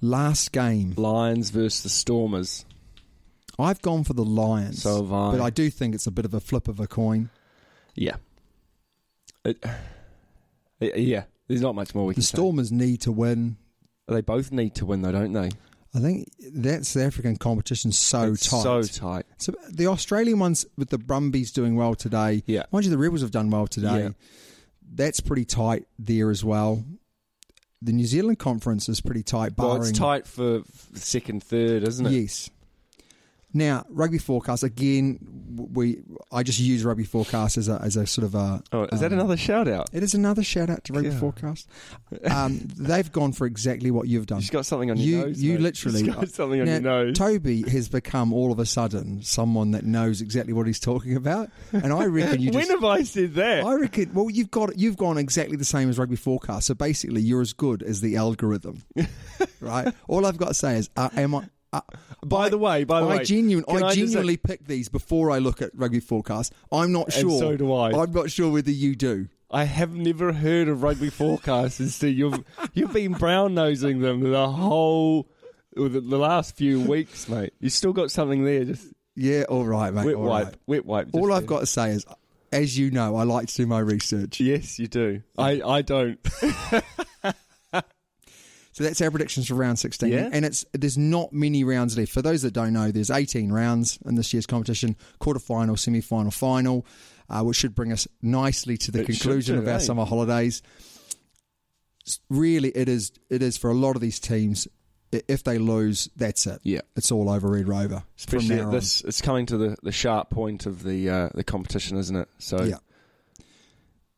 [SPEAKER 3] Last game,
[SPEAKER 4] Lions versus the Stormers.
[SPEAKER 3] I've gone for the Lions.
[SPEAKER 4] So have I.
[SPEAKER 3] But I do think it's a bit of a flip of a coin.
[SPEAKER 4] Yeah. It, it- yeah. There's not much more we
[SPEAKER 3] The
[SPEAKER 4] can
[SPEAKER 3] Stormers need to win.
[SPEAKER 4] say. They both need to win, though, don't they?
[SPEAKER 3] I think that South African competition's so
[SPEAKER 4] It's
[SPEAKER 3] tight.
[SPEAKER 4] So tight.
[SPEAKER 3] So the Australian ones with the Brumbies doing well today.
[SPEAKER 4] Yeah.
[SPEAKER 3] Mind you, the Rebels have done well today.
[SPEAKER 4] Yeah.
[SPEAKER 3] That's pretty tight there as well. The New Zealand conference is pretty tight. Barring,
[SPEAKER 4] Well, it's tight for f- second, third, isn't it?
[SPEAKER 3] Yes. Now, rugby forecast again. We I just use rugby forecast as a as a sort of a.
[SPEAKER 4] Oh, is that
[SPEAKER 3] um,
[SPEAKER 4] another shout out?
[SPEAKER 3] It is another shout out to rugby
[SPEAKER 4] Yeah.
[SPEAKER 3] forecast. Um, they've gone for exactly what you've done.
[SPEAKER 4] You've got something on
[SPEAKER 3] you,
[SPEAKER 4] your nose.
[SPEAKER 3] You
[SPEAKER 4] mate.
[SPEAKER 3] literally
[SPEAKER 4] You've got something on
[SPEAKER 3] Now,
[SPEAKER 4] your nose.
[SPEAKER 3] Toby has become all of a sudden someone that knows exactly what he's talking about, and I reckon you
[SPEAKER 4] when
[SPEAKER 3] just.
[SPEAKER 4] have I said that?
[SPEAKER 3] I reckon. Well, you've got you've gone exactly the same as rugby forecast. So basically, you're as good as the algorithm, right? All I've got to say is, uh, am I?
[SPEAKER 4] by the way, by the
[SPEAKER 3] I
[SPEAKER 4] way,
[SPEAKER 3] genuine,
[SPEAKER 4] can
[SPEAKER 3] I,
[SPEAKER 4] just say-
[SPEAKER 3] genuinely pick these before I look at rugby forecast. I'm not
[SPEAKER 4] And
[SPEAKER 3] sure.
[SPEAKER 4] so do I.
[SPEAKER 3] I'm not sure whether you do.
[SPEAKER 4] I have never heard of rugby forecasts, and Steve, you've you've been brown nosing them the whole the, the last few weeks, mate. You still got something there, just
[SPEAKER 3] Yeah, all right, mate.
[SPEAKER 4] wet
[SPEAKER 3] all
[SPEAKER 4] wipe,
[SPEAKER 3] right.
[SPEAKER 4] wet wipe. just
[SPEAKER 3] All I've
[SPEAKER 4] there.
[SPEAKER 3] got to say is, as you know, I like to do my research.
[SPEAKER 4] Yes, you do. I I don't.
[SPEAKER 3] So that's our predictions for round 16.
[SPEAKER 4] Yeah.
[SPEAKER 3] And it's there's not many rounds left. For those that don't know, there's 18 rounds in this year's competition quarterfinal, semi final, final, uh, which should bring us nicely to the
[SPEAKER 4] It should
[SPEAKER 3] conclusion
[SPEAKER 4] do,
[SPEAKER 3] of our
[SPEAKER 4] eh?
[SPEAKER 3] summer holidays. S- Really, it is it is for a lot of these teams. i- If they lose, that's it.
[SPEAKER 4] Yeah.
[SPEAKER 3] It's all over Red Rover. from
[SPEAKER 4] Especially
[SPEAKER 3] now
[SPEAKER 4] at
[SPEAKER 3] on.
[SPEAKER 4] this, it's coming to the, the sharp point of the uh, the competition, isn't it? So
[SPEAKER 3] Yeah.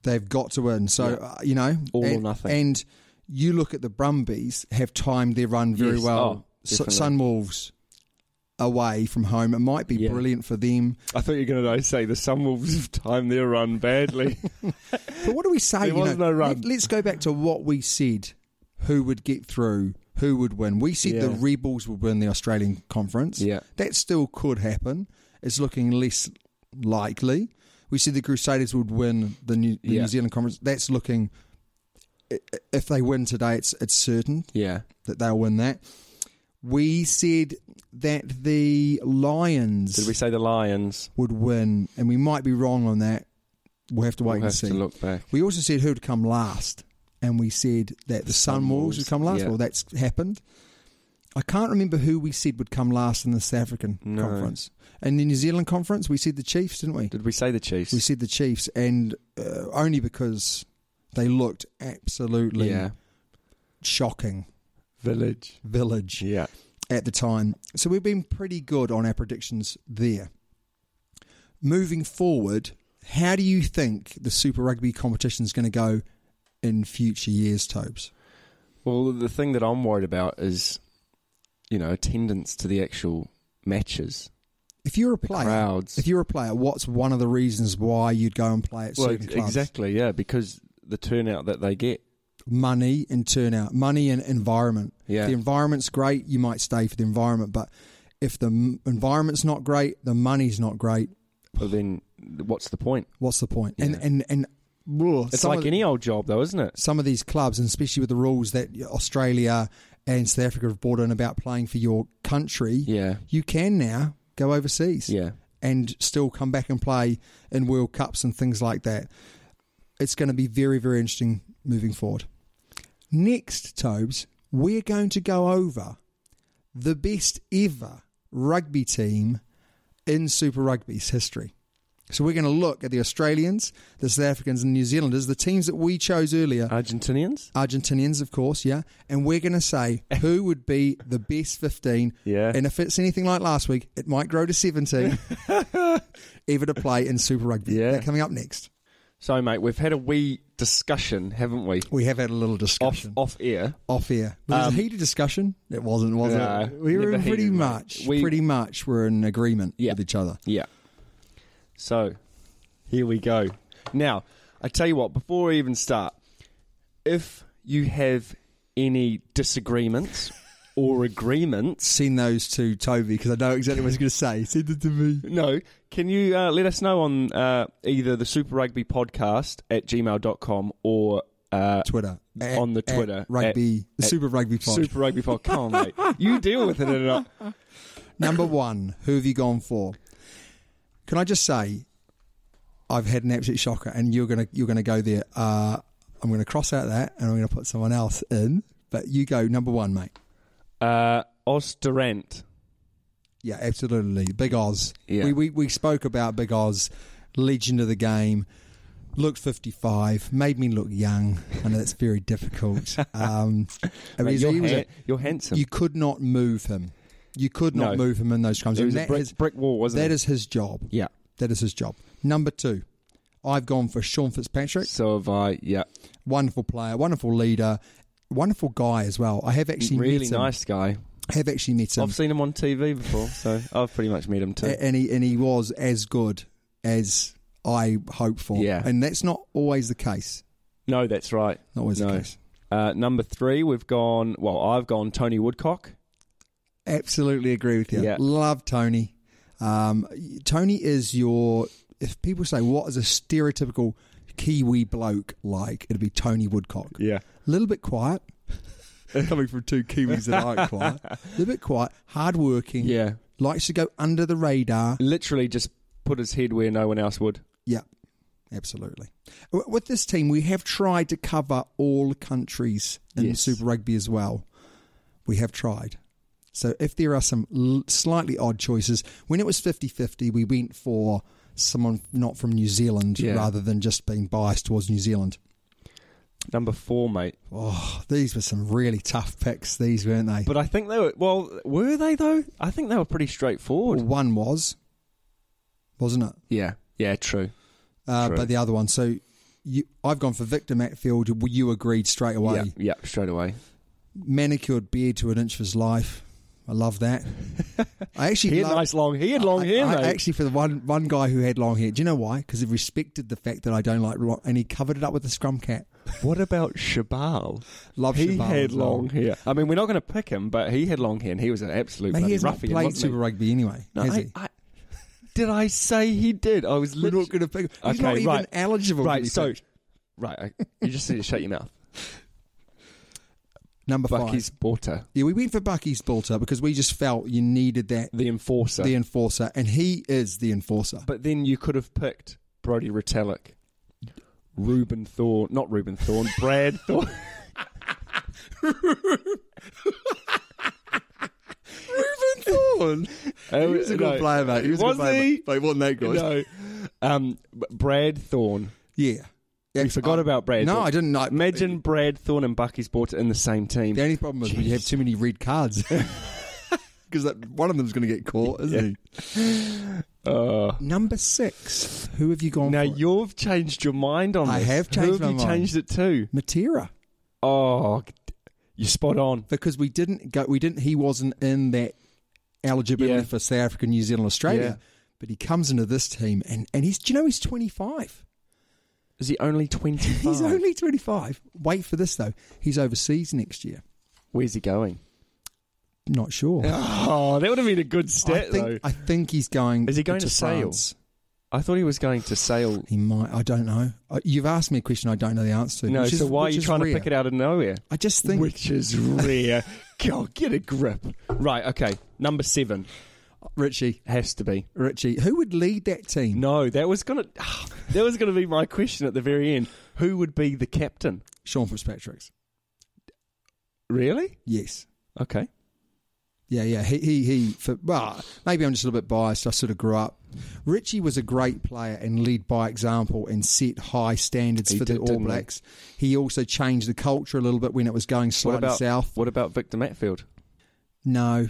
[SPEAKER 3] They've got to win. So,
[SPEAKER 4] Yeah.
[SPEAKER 3] uh, you know.
[SPEAKER 4] All or
[SPEAKER 3] and,
[SPEAKER 4] nothing.
[SPEAKER 3] And you look at the Brumbies have timed their run very
[SPEAKER 4] Yes.
[SPEAKER 3] well.
[SPEAKER 4] Oh,
[SPEAKER 3] Su-
[SPEAKER 4] definitely.
[SPEAKER 3] Sunwolves away from home. It might be
[SPEAKER 4] Yeah.
[SPEAKER 3] brilliant for them.
[SPEAKER 4] I thought you were going to say the Sunwolves have timed their run badly.
[SPEAKER 3] But what do we say?
[SPEAKER 4] There
[SPEAKER 3] you
[SPEAKER 4] was
[SPEAKER 3] know,
[SPEAKER 4] no run.
[SPEAKER 3] Let, us go back to what we said who would get through, who would win. We said the
[SPEAKER 4] Yeah.
[SPEAKER 3] Rebels would win the Australian conference.
[SPEAKER 4] Yeah.
[SPEAKER 3] That still could happen. It's looking less likely. We said the Crusaders would win the New, the
[SPEAKER 4] Yeah.
[SPEAKER 3] New Zealand conference. That's looking. i- i- If they win today, it's it's certain
[SPEAKER 4] yeah,
[SPEAKER 3] that they'll win that. We said that the Lions
[SPEAKER 4] did we say the Lions?
[SPEAKER 3] would win, and we might be wrong on that. We'll have to wait
[SPEAKER 4] We'll
[SPEAKER 3] and
[SPEAKER 4] have
[SPEAKER 3] see.
[SPEAKER 4] to look back.
[SPEAKER 3] We also said who'd come last, and we said that the, Sunwolves
[SPEAKER 4] Sunwolves,
[SPEAKER 3] would come last.
[SPEAKER 4] yeah.
[SPEAKER 3] Well, that's happened. I can't remember who we said would come last in the South African
[SPEAKER 4] No.
[SPEAKER 3] conference. And the New Zealand conference, we said the Chiefs, didn't we?
[SPEAKER 4] Did we say the Chiefs?
[SPEAKER 3] We said the Chiefs, and uh, only because they looked absolutely
[SPEAKER 4] yeah,
[SPEAKER 3] shocking
[SPEAKER 4] Village.
[SPEAKER 3] village
[SPEAKER 4] Yeah,
[SPEAKER 3] at the time. So we've been pretty good on our predictions there. Moving forward, how do you think the Super Rugby competition is going to go in future years, Tobes?
[SPEAKER 4] Well, the thing that I'm worried about is, you know, attendance to the actual matches.
[SPEAKER 3] If you're a player,
[SPEAKER 4] crowds.
[SPEAKER 3] if you're a player, what's one of the reasons why you'd go and play at
[SPEAKER 4] Well,
[SPEAKER 3] certain
[SPEAKER 4] ex-
[SPEAKER 3] clubs?
[SPEAKER 4] exactly. Yeah, because the turnout that they get.
[SPEAKER 3] Money and turnout, money and environment.
[SPEAKER 4] Yeah.
[SPEAKER 3] If the environment's great, you might stay for the environment, but if the m- environment's not great, the money's not great.
[SPEAKER 4] Well, then what's the point?
[SPEAKER 3] What's the point?
[SPEAKER 4] Yeah.
[SPEAKER 3] And and and ugh,
[SPEAKER 4] It's
[SPEAKER 3] some
[SPEAKER 4] like
[SPEAKER 3] of-
[SPEAKER 4] any old job, though, isn't it?
[SPEAKER 3] some of these clubs, and especially with the rules that Australia and South Africa have brought in about playing for your country,
[SPEAKER 4] Yeah.
[SPEAKER 3] you can now go overseas
[SPEAKER 4] Yeah.
[SPEAKER 3] and still come back and play in World Cups and things like that. It's going to be very, very interesting moving forward. Next, Tobes, we're going to go over the best ever rugby team in Super Rugby's history. So we're going to look at the Australians, the South Africans, and New Zealanders, the teams that we chose earlier.
[SPEAKER 4] Argentinians?
[SPEAKER 3] Argentinians, of course, yeah. And we're going to say who would be the best 15.
[SPEAKER 4] Yeah.
[SPEAKER 3] And if it's anything like last week, it might grow to 17 ever to play in Super Rugby.
[SPEAKER 4] Yeah.
[SPEAKER 3] That coming up next.
[SPEAKER 4] So, mate, we've had a wee discussion, haven't we?
[SPEAKER 3] We have had a little
[SPEAKER 4] Off,
[SPEAKER 3] discussion off,
[SPEAKER 4] off air.
[SPEAKER 3] air. Was
[SPEAKER 4] Um,
[SPEAKER 3] it a heated discussion? It wasn't, was
[SPEAKER 4] No,
[SPEAKER 3] it? We were
[SPEAKER 4] never
[SPEAKER 3] pretty
[SPEAKER 4] heated, mate.
[SPEAKER 3] much,
[SPEAKER 4] We-
[SPEAKER 3] pretty much, we're in agreement
[SPEAKER 4] Yeah.
[SPEAKER 3] with each other.
[SPEAKER 4] Yeah. So, here we go. Now, I tell you what, before I even start, if you have any disagreements or agreements,
[SPEAKER 3] Send those to Toby because I know exactly what he's going to say. Send it to me.
[SPEAKER 4] No. Can you uh, let us know on uh, either the Super Rugby podcast at gmail.com or uh,
[SPEAKER 3] Twitter. At-
[SPEAKER 4] on the
[SPEAKER 3] at
[SPEAKER 4] Twitter. at-
[SPEAKER 3] rugby, the
[SPEAKER 4] at
[SPEAKER 3] Super Rugby pod.
[SPEAKER 4] Super Rugby pod. Come on, mate. You deal with it or not.
[SPEAKER 3] Number one, who have you gone for? Can I just say, I've had an absolute shocker, and you're gonna you're gonna go there. Uh, I'm gonna cross out that, and I'm gonna put someone else in. But you go number one, mate.
[SPEAKER 4] Uh, Oz Durant.
[SPEAKER 3] Yeah, absolutely, Big Oz.
[SPEAKER 4] Yeah.
[SPEAKER 3] We, we we spoke about Big Oz, legend of the game. Looked 55, made me look young. I know that's very difficult. Um, I mean,
[SPEAKER 4] Mate,
[SPEAKER 3] he
[SPEAKER 4] you're,
[SPEAKER 3] was a-
[SPEAKER 4] ha- you're handsome.
[SPEAKER 3] you could not move him. You could not
[SPEAKER 4] No.
[SPEAKER 3] move him in those times.
[SPEAKER 4] it
[SPEAKER 3] And
[SPEAKER 4] was a
[SPEAKER 3] that
[SPEAKER 4] brick,
[SPEAKER 3] has-
[SPEAKER 4] brick wall, wasn't
[SPEAKER 3] That
[SPEAKER 4] it?
[SPEAKER 3] is his job.
[SPEAKER 4] yeah.
[SPEAKER 3] That is his job. Number two, I've gone for Sean Fitzpatrick.
[SPEAKER 4] So have I. Yeah.
[SPEAKER 3] Wonderful player, wonderful leader, wonderful guy as well. I have actually
[SPEAKER 4] really
[SPEAKER 3] met him.
[SPEAKER 4] nice guy.
[SPEAKER 3] I have actually met him,
[SPEAKER 4] I've seen him on TV before, so I've pretty much met him too.
[SPEAKER 3] A- and he and he was as good as I hoped for.
[SPEAKER 4] Yeah.
[SPEAKER 3] and that's not always the case.
[SPEAKER 4] no, that's right.
[SPEAKER 3] Not always
[SPEAKER 4] No.
[SPEAKER 3] the case.
[SPEAKER 4] Uh, number three, we've gone. Well, I've gone Tony Woodcock.
[SPEAKER 3] Absolutely agree with you. Love Tony. Um, Tony is your. If people say what is a stereotypical Kiwi bloke like, it'd be Tony Woodcock.
[SPEAKER 4] Yeah.
[SPEAKER 3] A little bit quiet. Coming from two Kiwis that aren't quiet. A little bit quiet. Hardworking.
[SPEAKER 4] Yeah.
[SPEAKER 3] Likes to go under the radar.
[SPEAKER 4] Literally just put his head where no one else would.
[SPEAKER 3] Yeah, absolutely. W- With this team, we have tried to cover all countries in
[SPEAKER 4] Yes.
[SPEAKER 3] Super Rugby as well. We have tried. So if there are some l- slightly odd choices, when it was 50 50, we went for someone not from New Zealand
[SPEAKER 4] Yeah.
[SPEAKER 3] rather than just being biased towards New Zealand.
[SPEAKER 4] Number four, mate.
[SPEAKER 3] Oh, these were some really tough picks, these weren't they?
[SPEAKER 4] But I think they were. Well, were they though? I think they were pretty straightforward.
[SPEAKER 3] One was, wasn't it?
[SPEAKER 4] Yeah. Yeah. True.
[SPEAKER 3] Uh,
[SPEAKER 4] True.
[SPEAKER 3] but the other one. So you, I've gone for Victor Matfield. You agreed straight away.
[SPEAKER 4] Yeah. Yeah. Straight away.
[SPEAKER 3] manicured beard to an inch of his life. I love that. I actually
[SPEAKER 4] He had
[SPEAKER 3] love,
[SPEAKER 4] nice long. He had long
[SPEAKER 3] I,
[SPEAKER 4] hair,
[SPEAKER 3] I
[SPEAKER 4] mate.
[SPEAKER 3] actually, for the one one guy who had long hair, do you know why? Because he respected the fact that I don't like, long, and he covered it up with a scrum cap.
[SPEAKER 4] What about Shabal?
[SPEAKER 3] Love
[SPEAKER 4] he
[SPEAKER 3] Shabal
[SPEAKER 4] had
[SPEAKER 3] as well.
[SPEAKER 4] long hair. I mean, we're not going to pick him, but he had long hair, and he was an absolute
[SPEAKER 3] Mate, he
[SPEAKER 4] bloody
[SPEAKER 3] has not
[SPEAKER 4] ruffian.
[SPEAKER 3] played
[SPEAKER 4] wasn't
[SPEAKER 3] Super
[SPEAKER 4] he?
[SPEAKER 3] Rugby anyway,
[SPEAKER 4] No,
[SPEAKER 3] has
[SPEAKER 4] I-
[SPEAKER 3] he?
[SPEAKER 4] I- did I say he did? I was.
[SPEAKER 3] We're
[SPEAKER 4] lit-
[SPEAKER 3] not going to pick. He's not even
[SPEAKER 4] right.
[SPEAKER 3] eligible. to
[SPEAKER 4] Right,
[SPEAKER 3] be
[SPEAKER 4] so
[SPEAKER 3] picked.
[SPEAKER 4] right, I, you just need to shut your mouth.
[SPEAKER 3] number
[SPEAKER 4] Bucky's
[SPEAKER 3] five.
[SPEAKER 4] Porter,
[SPEAKER 3] Yeah, we went for Bucky's Balter because we just felt you needed that
[SPEAKER 4] the enforcer.
[SPEAKER 3] the enforcer, and he is the enforcer.
[SPEAKER 4] but then you could have picked Brody Retallick, Ruben Thorne, not Ruben Thorne, Brad Thorne.
[SPEAKER 3] Ruben Thorne, he was a good
[SPEAKER 4] Oh, no.
[SPEAKER 3] player, mate. He was,
[SPEAKER 4] Was
[SPEAKER 3] a good player,
[SPEAKER 4] he?
[SPEAKER 3] Mate. Mate, wasn't that good?
[SPEAKER 4] no, um, b- Brad Thorne.
[SPEAKER 3] Yeah.
[SPEAKER 4] We forgot about Brad.
[SPEAKER 3] No,
[SPEAKER 4] Thorne.
[SPEAKER 3] I didn't. Like,
[SPEAKER 4] Imagine Brad Thorne and Bucky's Porter in the same team.
[SPEAKER 3] The only problem is when you have too many red cards. Because one of them's going to get caught, isn't he? Number six. Who have you gone
[SPEAKER 4] uh, now
[SPEAKER 3] for?
[SPEAKER 4] you've changed your mind on
[SPEAKER 3] I
[SPEAKER 4] this.
[SPEAKER 3] have
[SPEAKER 4] Who
[SPEAKER 3] changed
[SPEAKER 4] have
[SPEAKER 3] my
[SPEAKER 4] you
[SPEAKER 3] mind.
[SPEAKER 4] changed it to?
[SPEAKER 3] Matera.
[SPEAKER 4] Oh, you spot on.
[SPEAKER 3] Because we didn't go. We didn't. He wasn't in that eligibility
[SPEAKER 4] Yeah.
[SPEAKER 3] for South Africa, New Zealand, Australia.
[SPEAKER 4] Yeah.
[SPEAKER 3] But he comes into this team, and and he's. Do you know he's twenty five?
[SPEAKER 4] Is he only twenty?
[SPEAKER 3] He's only twenty five. Wait for this though. He's overseas next year.
[SPEAKER 4] Where's he going?
[SPEAKER 3] Not sure.
[SPEAKER 4] Oh, that would have been a good
[SPEAKER 3] I
[SPEAKER 4] stat
[SPEAKER 3] think. I think he's going.
[SPEAKER 4] Is he going to Sale?
[SPEAKER 3] France.
[SPEAKER 4] though. I thought he was going to Sale.
[SPEAKER 3] He might. I don't know. Uh, You've asked me a question I don't know the answer to.
[SPEAKER 4] No,
[SPEAKER 3] which is-
[SPEAKER 4] so why are
[SPEAKER 3] which
[SPEAKER 4] you
[SPEAKER 3] is
[SPEAKER 4] trying
[SPEAKER 3] rare.
[SPEAKER 4] to pick it out of nowhere?
[SPEAKER 3] I just think
[SPEAKER 4] Which is rare. God, get a grip. Right, okay. Number seven
[SPEAKER 3] Richie,
[SPEAKER 4] has to be.
[SPEAKER 3] Richie, who would lead that team?
[SPEAKER 4] No, that was gonna that was gonna be my question at the very end. Who would be the captain?
[SPEAKER 3] Sean Fitzpatrick's.
[SPEAKER 4] Really?
[SPEAKER 3] Yes.
[SPEAKER 4] Okay.
[SPEAKER 3] Yeah, yeah. He, he, he. For, well, maybe I'm just a little bit biased. I sort of grew up. Richie was a great player and lead by example and set high standards
[SPEAKER 4] He
[SPEAKER 3] for the
[SPEAKER 4] did,
[SPEAKER 3] All
[SPEAKER 4] didn't he?
[SPEAKER 3] Blacks. He? also changed the culture a little bit when it was going
[SPEAKER 4] What
[SPEAKER 3] slightly
[SPEAKER 4] about
[SPEAKER 3] south.
[SPEAKER 4] What about Victor Matfield?
[SPEAKER 3] No,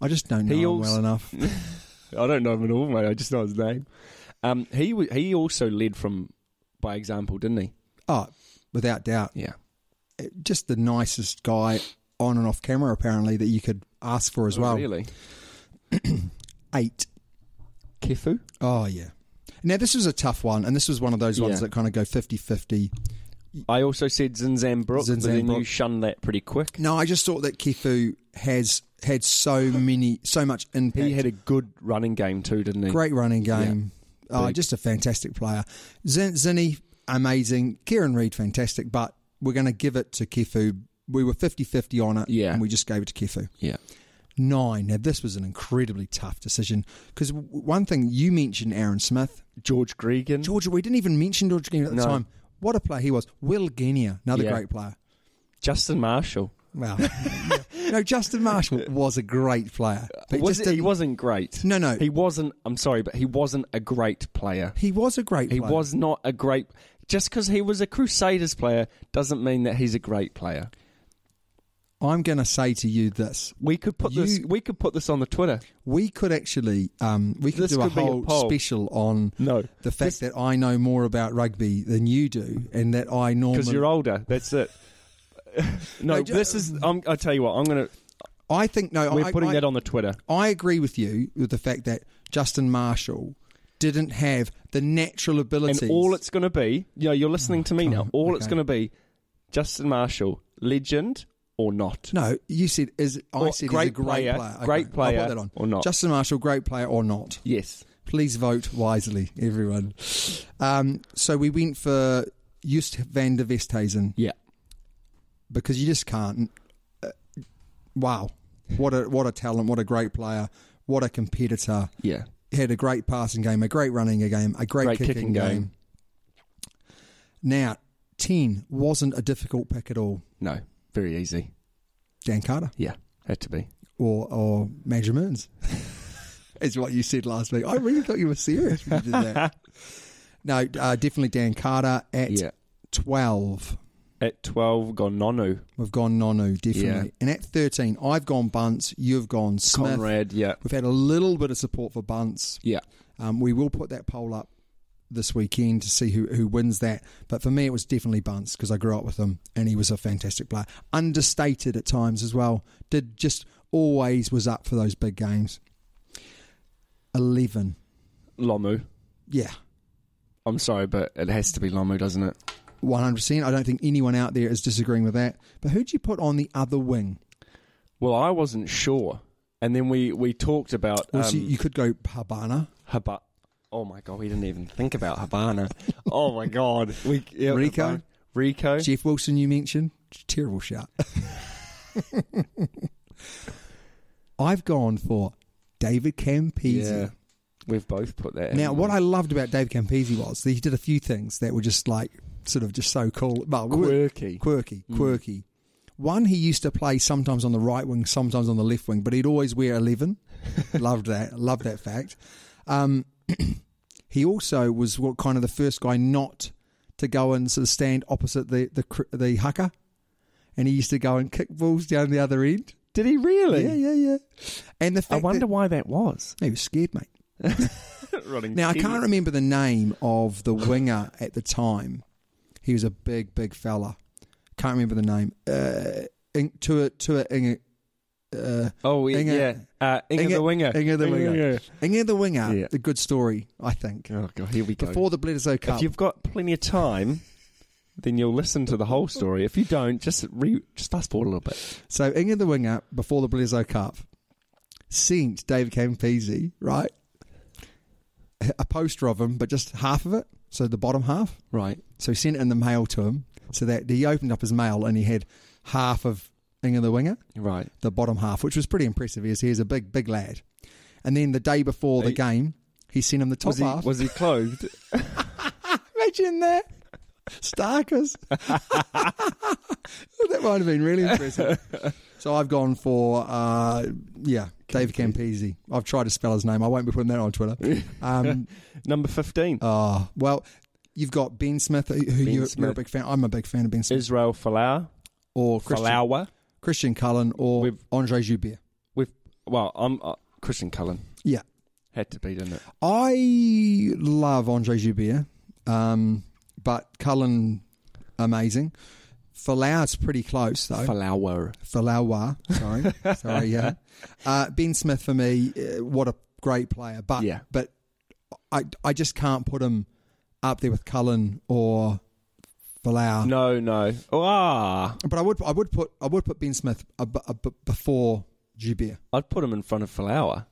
[SPEAKER 3] I just don't know
[SPEAKER 4] He
[SPEAKER 3] him
[SPEAKER 4] also-
[SPEAKER 3] well enough.
[SPEAKER 4] I don't know him at all, mate. I just know his name. Um, he wa- he also led from by example, didn't he?
[SPEAKER 3] Oh, without doubt.
[SPEAKER 4] Yeah.
[SPEAKER 3] just the nicest guy on and off camera apparently that you could ask for as well.
[SPEAKER 4] Oh, Really?
[SPEAKER 3] Eight.
[SPEAKER 4] Kefu?
[SPEAKER 3] Oh yeah. Now this was a tough one, and this was one of those ones
[SPEAKER 4] Yeah.
[SPEAKER 3] that kind of go 50-50.
[SPEAKER 4] I also said Zinzan Brook, but then
[SPEAKER 3] Zinzan
[SPEAKER 4] you
[SPEAKER 3] Brook.
[SPEAKER 4] shunned that pretty quick.
[SPEAKER 3] No, I just thought that Kifu has had so many, so much impact.
[SPEAKER 4] He had a good running game too, didn't he?
[SPEAKER 3] great running game. Oh,
[SPEAKER 4] Big.
[SPEAKER 3] just a fantastic player. Zin- Zinni, amazing. Kieran Reid, fantastic. But we're going to give it to Kifu. We were 50-50 on it,
[SPEAKER 4] Yeah.
[SPEAKER 3] and we just gave it to Kifu.
[SPEAKER 4] Yeah.
[SPEAKER 3] Nine. Now this was an incredibly tough decision because one thing you mentioned, Aaron Smith.
[SPEAKER 4] George Gregan.
[SPEAKER 3] Georgia, we didn't even mention George Gainer at the
[SPEAKER 4] No.
[SPEAKER 3] time. What a player he was. Will Genia, another
[SPEAKER 4] Yeah.
[SPEAKER 3] great player.
[SPEAKER 4] Justin Marshall.
[SPEAKER 3] Wow. Yeah. No, Justin Marshall was a great player. But
[SPEAKER 4] Was
[SPEAKER 3] just
[SPEAKER 4] it- he
[SPEAKER 3] didn't-
[SPEAKER 4] wasn't great.
[SPEAKER 3] No, no.
[SPEAKER 4] He wasn't. I'm sorry, but he wasn't a great player.
[SPEAKER 3] He was a great
[SPEAKER 4] He
[SPEAKER 3] player.
[SPEAKER 4] was not a great. Just because he was a Crusaders player doesn't mean that he's a great player.
[SPEAKER 3] I'm going to say to you this.
[SPEAKER 4] We could put this.
[SPEAKER 3] You-
[SPEAKER 4] We could put this on the Twitter.
[SPEAKER 3] We could actually, um, we could
[SPEAKER 4] This
[SPEAKER 3] do a
[SPEAKER 4] could be a
[SPEAKER 3] whole
[SPEAKER 4] poll.
[SPEAKER 3] special on
[SPEAKER 4] No.
[SPEAKER 3] the fact that I know more about rugby than you do and that I normally...
[SPEAKER 4] because you're older. That's it. no,
[SPEAKER 3] No, ju-
[SPEAKER 4] this is. I'm, I tell you what, I'm gonna.
[SPEAKER 3] I think, no...
[SPEAKER 4] We're
[SPEAKER 3] I,
[SPEAKER 4] putting
[SPEAKER 3] I,
[SPEAKER 4] that on the Twitter.
[SPEAKER 3] I agree with you with the fact that Justin Marshall didn't have the natural abilities.
[SPEAKER 4] And all it's going to be, you know, you're listening to me now. All it's
[SPEAKER 3] Oh, okay.
[SPEAKER 4] going to be, Justin Marshall, legend, or not?
[SPEAKER 3] No, you said is I
[SPEAKER 4] Or
[SPEAKER 3] said he's
[SPEAKER 4] great
[SPEAKER 3] a great
[SPEAKER 4] player,
[SPEAKER 3] player.
[SPEAKER 4] great
[SPEAKER 3] Okay, I'll put
[SPEAKER 4] player
[SPEAKER 3] that on.
[SPEAKER 4] or not.
[SPEAKER 3] Justin Marshall, great player or not?
[SPEAKER 4] Yes.
[SPEAKER 3] Please vote wisely, everyone. Um, so we went for Just van der Vesthuizen.
[SPEAKER 4] Yeah.
[SPEAKER 3] Because you just can't. Uh, wow, what a what a talent! What a great player! What a competitor!
[SPEAKER 4] Yeah.
[SPEAKER 3] He had a great passing game, a great running game, a great,
[SPEAKER 4] Great
[SPEAKER 3] kicking,
[SPEAKER 4] kicking
[SPEAKER 3] game.
[SPEAKER 4] game.
[SPEAKER 3] Now, ten wasn't a difficult pick at all.
[SPEAKER 4] No, very easy.
[SPEAKER 3] Dan Carter.
[SPEAKER 4] Yeah, had to be.
[SPEAKER 3] or or Major Moons. is what you said last week. I really thought you were serious when you did that. No, uh, definitely Dan Carter at
[SPEAKER 4] Yeah.
[SPEAKER 3] 12.
[SPEAKER 4] At 12, gone Nonu.
[SPEAKER 3] We've gone Nonu, definitely.
[SPEAKER 4] Yeah.
[SPEAKER 3] And at 13, I've gone Bunce, you've gone Smith.
[SPEAKER 4] Conrad, yeah.
[SPEAKER 3] We've had a little bit of support for Bunce.
[SPEAKER 4] Yeah.
[SPEAKER 3] Um, we will put that poll up this weekend to see who, who wins that. But for me, it was definitely Bunce because I grew up with him and he was a fantastic player. Understated at times as well. Did just always was up for those big games. 11.
[SPEAKER 4] Lomu.
[SPEAKER 3] Yeah.
[SPEAKER 4] I'm sorry, but it has to be Lomu, doesn't it?
[SPEAKER 3] 100%. I don't think anyone out there is disagreeing with that. But who'd you put on the other wing?
[SPEAKER 4] Well, I wasn't sure. And then we, we talked about.
[SPEAKER 3] Well, so
[SPEAKER 4] um,
[SPEAKER 3] you could go Habana.
[SPEAKER 4] Haba- oh my god, we didn't even think about Habana. oh my god, we yeah,
[SPEAKER 3] Rico?
[SPEAKER 4] Habana. Rico,
[SPEAKER 3] Jeff Wilson, you mentioned. Terrible shot. I've gone for David Campese.
[SPEAKER 4] yeah, we've both put that.
[SPEAKER 3] Now,
[SPEAKER 4] in.
[SPEAKER 3] what I loved about Dave Campese was that he did a few things that were just like sort of just so cool. Well, we were-
[SPEAKER 4] Quirky. Mm.
[SPEAKER 3] quirky, quirky. One, he used to play sometimes on the right wing, sometimes on the left wing, but he'd always wear eleven. loved that. Loved that fact. Um, he also was what kind of the first guy not to go and sort of stand opposite the the cr- the haka, and he used to go and kick balls down the other end.
[SPEAKER 4] did he really?
[SPEAKER 3] Yeah, yeah, yeah. And the
[SPEAKER 4] I
[SPEAKER 3] fact
[SPEAKER 4] wonder
[SPEAKER 3] that,
[SPEAKER 4] why that was.
[SPEAKER 3] he was scared, mate. Now I can't remember the name of the winger at the time. He was a big, big fella. Can't remember the name. Uh, in, Tua Tua Inga. Uh,
[SPEAKER 4] Oh yeah, yeah.
[SPEAKER 3] Inga-
[SPEAKER 4] Uh, Inga, the winger.
[SPEAKER 3] Inga the winger. Inga the winger.
[SPEAKER 4] Yeah.
[SPEAKER 3] The good story, I think.
[SPEAKER 4] Oh god, here we go.
[SPEAKER 3] Before the Bledisloe Cup,
[SPEAKER 4] if you've got plenty of time, then you'll listen to the whole story. If you don't, just re- just fast forward a little bit.
[SPEAKER 3] So Inga the winger before the Bledisloe Cup sent David Campese right a poster of him, but just half of it, so the bottom half.
[SPEAKER 4] Right.
[SPEAKER 3] So he sent it in the mail to him, so that he opened up his mail and he had half of Inga the winger,
[SPEAKER 4] Right.
[SPEAKER 3] the bottom half, which was pretty impressive. He's he's a big big lad, and then the day before the
[SPEAKER 4] Hey.
[SPEAKER 3] game, he sent him the top
[SPEAKER 4] Was he,
[SPEAKER 3] half.
[SPEAKER 4] was he clothed?
[SPEAKER 3] Imagine that. Starkers. that might have been really impressive. So I've gone for, uh, yeah, David Campese. I've tried to spell his name. I won't be putting that on Twitter. Um,
[SPEAKER 4] Number fifteen.
[SPEAKER 3] oh, well, you've got Ben Smith, who you're, you're a
[SPEAKER 4] Smith.
[SPEAKER 3] big fan. I'm a big fan of Ben Smith.
[SPEAKER 4] Israel Folau.
[SPEAKER 3] or Christian,
[SPEAKER 4] Falawa.
[SPEAKER 3] Christian Cullen or
[SPEAKER 4] We've-
[SPEAKER 3] Andre Joubert.
[SPEAKER 4] With well, I'm uh, Christian Cullen.
[SPEAKER 3] Yeah.
[SPEAKER 4] Had to be, didn't it?
[SPEAKER 3] I love Andre Joubert, um, but Cullen, amazing. Falau's pretty close, though.
[SPEAKER 4] Falawa.
[SPEAKER 3] Falawa, sorry, sorry, yeah. Uh, ben Smith for me, uh, what a great player, but
[SPEAKER 4] Yeah.
[SPEAKER 3] but I I just can't put him up there with Cullen or Falau.
[SPEAKER 4] No, no. Oh, ah,
[SPEAKER 3] But I would I would put I would put Ben Smith ab- ab- before Joubert.
[SPEAKER 4] I'd put him in front of Falawa.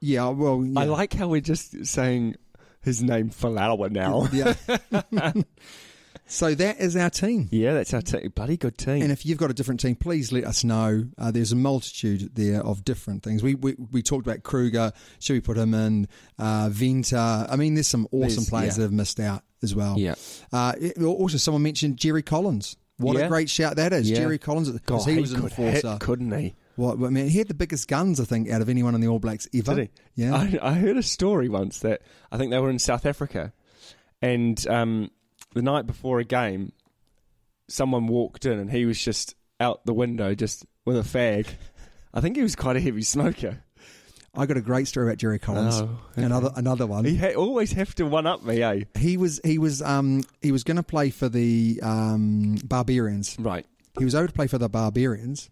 [SPEAKER 3] Yeah, well, yeah.
[SPEAKER 4] I like how we're just saying his name Falawa now.
[SPEAKER 3] yeah. so that is our team.
[SPEAKER 4] yeah, that's our te- bloody good team.
[SPEAKER 3] And if you've got a different team, please let us know. Uh, there's a multitude there of different things. We we, we talked about Kruger. Should we put him in? Uh, Venter. I mean, there's some awesome
[SPEAKER 4] There's-
[SPEAKER 3] players
[SPEAKER 4] yeah.
[SPEAKER 3] that have missed out as well.
[SPEAKER 4] Yeah.
[SPEAKER 3] Uh, it- also, someone mentioned Jerry Collins. What
[SPEAKER 4] Yeah.
[SPEAKER 3] a great shout that is,
[SPEAKER 4] Yeah.
[SPEAKER 3] Jerry Collins. Because
[SPEAKER 4] God,
[SPEAKER 3] he, was an
[SPEAKER 4] could hit,
[SPEAKER 3] enforcer.
[SPEAKER 4] couldn't he?
[SPEAKER 3] What I mean, he had the biggest guns I think out of anyone in the All Blacks ever.
[SPEAKER 4] Did he?
[SPEAKER 3] Yeah.
[SPEAKER 4] I, I heard a story once that I think they were in South Africa, and um, the night before a game, someone walked in and he was just out the window, just with a fag. I think he was quite a heavy smoker.
[SPEAKER 3] I got a great story about Jerry Collins.
[SPEAKER 4] Oh,
[SPEAKER 3] Another another one.
[SPEAKER 4] He ha- always have to one up me, eh?
[SPEAKER 3] He was he was um he was going to play for the um Barbarians.
[SPEAKER 4] Right.
[SPEAKER 3] He was over to play for the Barbarians,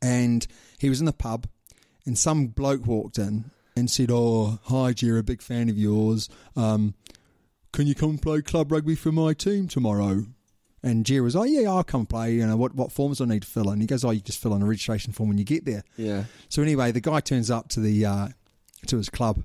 [SPEAKER 3] and he was in the pub, and some bloke walked in and said, "Oh, hi, Jerry, big fan of yours. Um, can you come play club rugby for my team tomorrow?" And and Jira was like, yeah, I'll come play. You know, what, what forms do I need to fill in? He goes, oh, you just fill in a registration form when you get there.
[SPEAKER 4] Yeah.
[SPEAKER 3] So anyway, the guy turns up to the uh, to his club,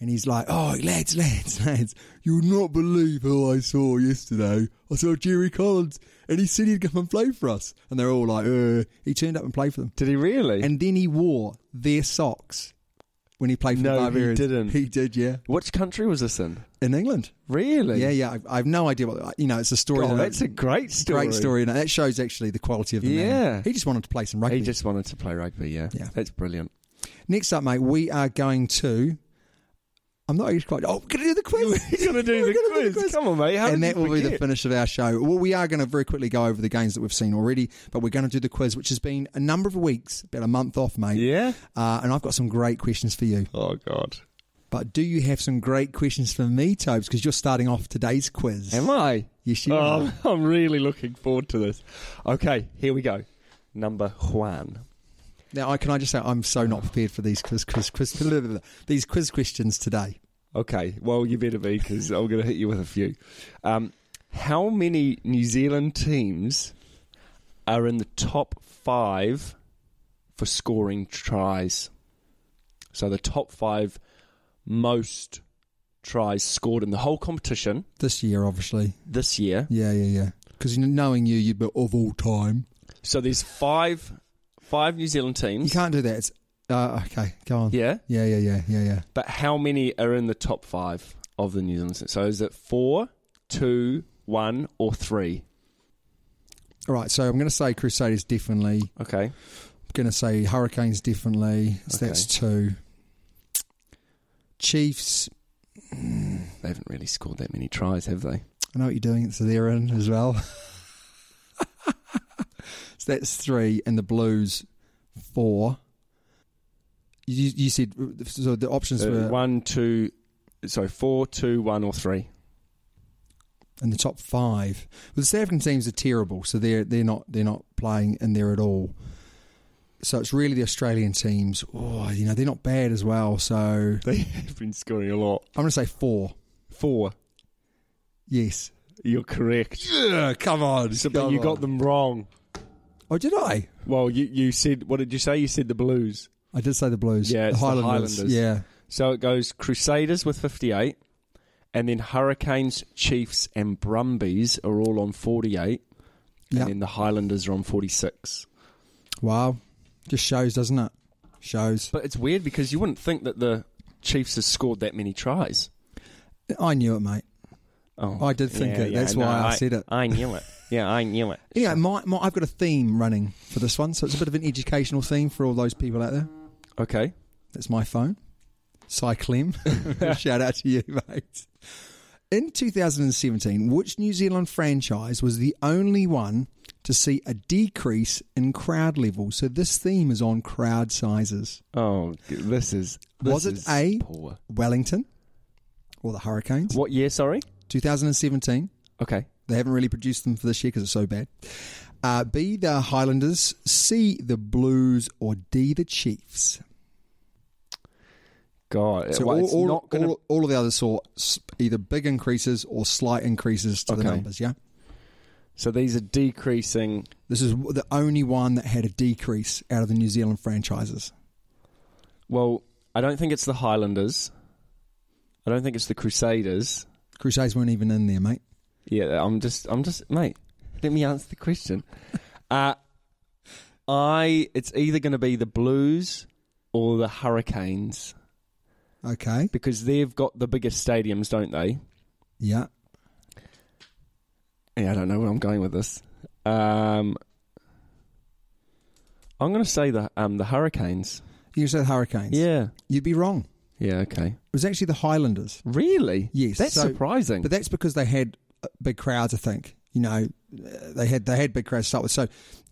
[SPEAKER 3] and he's like, "Oh, lads, lads, lads, you'll not believe who I saw yesterday. I saw Jerry Collins, and he said he'd come and play for us." And they're all like, "Uh." He turned up and played for them.
[SPEAKER 4] Did he really?
[SPEAKER 3] And then he wore their socks when he played for
[SPEAKER 4] No,
[SPEAKER 3] the
[SPEAKER 4] he
[SPEAKER 3] Barbarians.
[SPEAKER 4] didn't.
[SPEAKER 3] He did, yeah.
[SPEAKER 4] Which country was this in?
[SPEAKER 3] In England,
[SPEAKER 4] Really?
[SPEAKER 3] yeah, yeah. I, I have no idea what you know. It's a story.
[SPEAKER 4] Oh,
[SPEAKER 3] that-
[SPEAKER 4] that's a great story.
[SPEAKER 3] Great story, and that shows actually the quality of the man.
[SPEAKER 4] Yeah.
[SPEAKER 3] He just wanted to play some rugby.
[SPEAKER 4] He just wanted to play rugby, yeah.
[SPEAKER 3] Yeah.
[SPEAKER 4] That's brilliant.
[SPEAKER 3] Next up, mate, we are going to. I'm not actually quite. Oh, we're going to do the quiz.
[SPEAKER 4] He's going to do the quiz. Come on, mate. How
[SPEAKER 3] and
[SPEAKER 4] did
[SPEAKER 3] that
[SPEAKER 4] you
[SPEAKER 3] will be the
[SPEAKER 4] forget?
[SPEAKER 3] finish of our show. Well, we are going to very quickly go over the games that we've seen already, but we're going to do the quiz, which has been a number of weeks, about a month off, mate.
[SPEAKER 4] Yeah.
[SPEAKER 3] Uh, and I've got some great questions for you.
[SPEAKER 4] Oh, God.
[SPEAKER 3] But do you have some great questions for me, Tobes? Because you're starting off today's quiz.
[SPEAKER 4] Am I?
[SPEAKER 3] Yes, you
[SPEAKER 4] Oh,
[SPEAKER 3] are.
[SPEAKER 4] I'm really looking forward to this. Okay, here we go. Number Juan.
[SPEAKER 3] Now, I, can I just say I'm so
[SPEAKER 4] Ah.
[SPEAKER 3] not prepared for these quiz, quiz, quiz, these quiz questions today.
[SPEAKER 4] Okay, well, you better be because I'm going to hit you with a few. Um, how many New Zealand teams are in the top five for scoring tries? So the top five most tries scored in the whole competition
[SPEAKER 3] This year, obviously.
[SPEAKER 4] this year.
[SPEAKER 3] Yeah, yeah, yeah. Because knowing you, you'd be of all time.
[SPEAKER 4] So there's five, five New Zealand
[SPEAKER 3] You
[SPEAKER 4] teams.
[SPEAKER 3] can't do that. It's uh, okay. Go on.
[SPEAKER 4] Yeah,
[SPEAKER 3] yeah, yeah, yeah, yeah, yeah.
[SPEAKER 4] but how many are in the top five of the New Zealand? teams? So is it four, two, one, or three?
[SPEAKER 3] All right. So I'm going to say Crusaders definitely. I'm
[SPEAKER 4] Okay.
[SPEAKER 3] going to say Hurricanes definitely. So that's two. Chiefs.
[SPEAKER 4] Mm, They haven't really scored that many tries, have they?
[SPEAKER 3] I know what you're doing. So they're in as well. so that's three, and the Blues four. You, you said so the options
[SPEAKER 4] Uh,
[SPEAKER 3] were
[SPEAKER 4] one, two, sorry, four, two, one, or three.
[SPEAKER 3] in the top five. Well, the South African teams are terrible, so they're they're not they're not playing in there at all. So it's really the Australian teams. Oh, you know they're not bad as well. So I'm
[SPEAKER 4] They have been scoring a lot.
[SPEAKER 3] going to say four.
[SPEAKER 4] Four.
[SPEAKER 3] Yes.
[SPEAKER 4] You're correct.
[SPEAKER 3] come on.
[SPEAKER 4] So, but you got them wrong.
[SPEAKER 3] Oh, did I?
[SPEAKER 4] Well, you, you said, what did you say? You said the Blues.
[SPEAKER 3] I did say the Blues.
[SPEAKER 4] Yeah,
[SPEAKER 3] the
[SPEAKER 4] it's the
[SPEAKER 3] Highlanders.
[SPEAKER 4] Highlanders.
[SPEAKER 3] Yeah.
[SPEAKER 4] So it goes Crusaders with 58, and then Hurricanes, Chiefs, and Brumbies are all on 48,
[SPEAKER 3] Yeah.
[SPEAKER 4] and then the Highlanders are on 46.
[SPEAKER 3] Wow. Just shows, doesn't it? Shows.
[SPEAKER 4] But it's weird because you wouldn't think that the Chiefs has scored that many tries.
[SPEAKER 3] I knew it, mate.
[SPEAKER 4] Oh,
[SPEAKER 3] I did think it. That's why I said it.
[SPEAKER 4] I knew it. Yeah, I knew it.
[SPEAKER 3] Anyway, my, my, I've got a theme running for this one, so it's a bit of an educational theme for all those people out there.
[SPEAKER 4] Okay.
[SPEAKER 3] That's my phone. Cyclem. Shout out to you, mate. In 2017, which New Zealand franchise was the only one to see a decrease in crowd levels? So this theme is on crowd sizes.
[SPEAKER 4] Oh, this is. This
[SPEAKER 3] Was it
[SPEAKER 4] is
[SPEAKER 3] A?
[SPEAKER 4] Poor.
[SPEAKER 3] Wellington or the Hurricanes?
[SPEAKER 4] What year? Sorry.
[SPEAKER 3] 2017.
[SPEAKER 4] Okay.
[SPEAKER 3] They haven't really produced them for this year because it's so bad. Uh, B, the Highlanders. C, the Blues. Or D, the Chiefs.
[SPEAKER 4] God.
[SPEAKER 3] So
[SPEAKER 4] well,
[SPEAKER 3] all,
[SPEAKER 4] it's
[SPEAKER 3] all,
[SPEAKER 4] not gonna-
[SPEAKER 3] all, all of the others saw s- either big increases or slight increases to the
[SPEAKER 4] Okay.
[SPEAKER 3] numbers. Yeah,
[SPEAKER 4] so these are decreasing.
[SPEAKER 3] this is w- the only one that had a decrease out of the New Zealand franchises.
[SPEAKER 4] Well, I don't think it's the Highlanders. I don't think it's the Crusaders.
[SPEAKER 3] Crusades weren't even in there, mate.
[SPEAKER 4] Yeah, I'm just, I'm just, mate. Let me answer the question. Uh, I. It's either going to be the Blues or the Hurricanes
[SPEAKER 3] Okay,
[SPEAKER 4] because they've got the biggest stadiums, don't they?
[SPEAKER 3] yeah,
[SPEAKER 4] Yeah, I don't know where I'm going with this. Um, I'm going to say the um, the Hurricanes.
[SPEAKER 3] you said Hurricanes.
[SPEAKER 4] Yeah.
[SPEAKER 3] you'd be wrong.
[SPEAKER 4] Yeah. Okay.
[SPEAKER 3] It was actually the Highlanders,
[SPEAKER 4] Really?
[SPEAKER 3] Yes,
[SPEAKER 4] That's
[SPEAKER 3] so-
[SPEAKER 4] surprising.
[SPEAKER 3] but that's because they had uh, big crowds. I think you know uh, they had they had big crowds to start with. So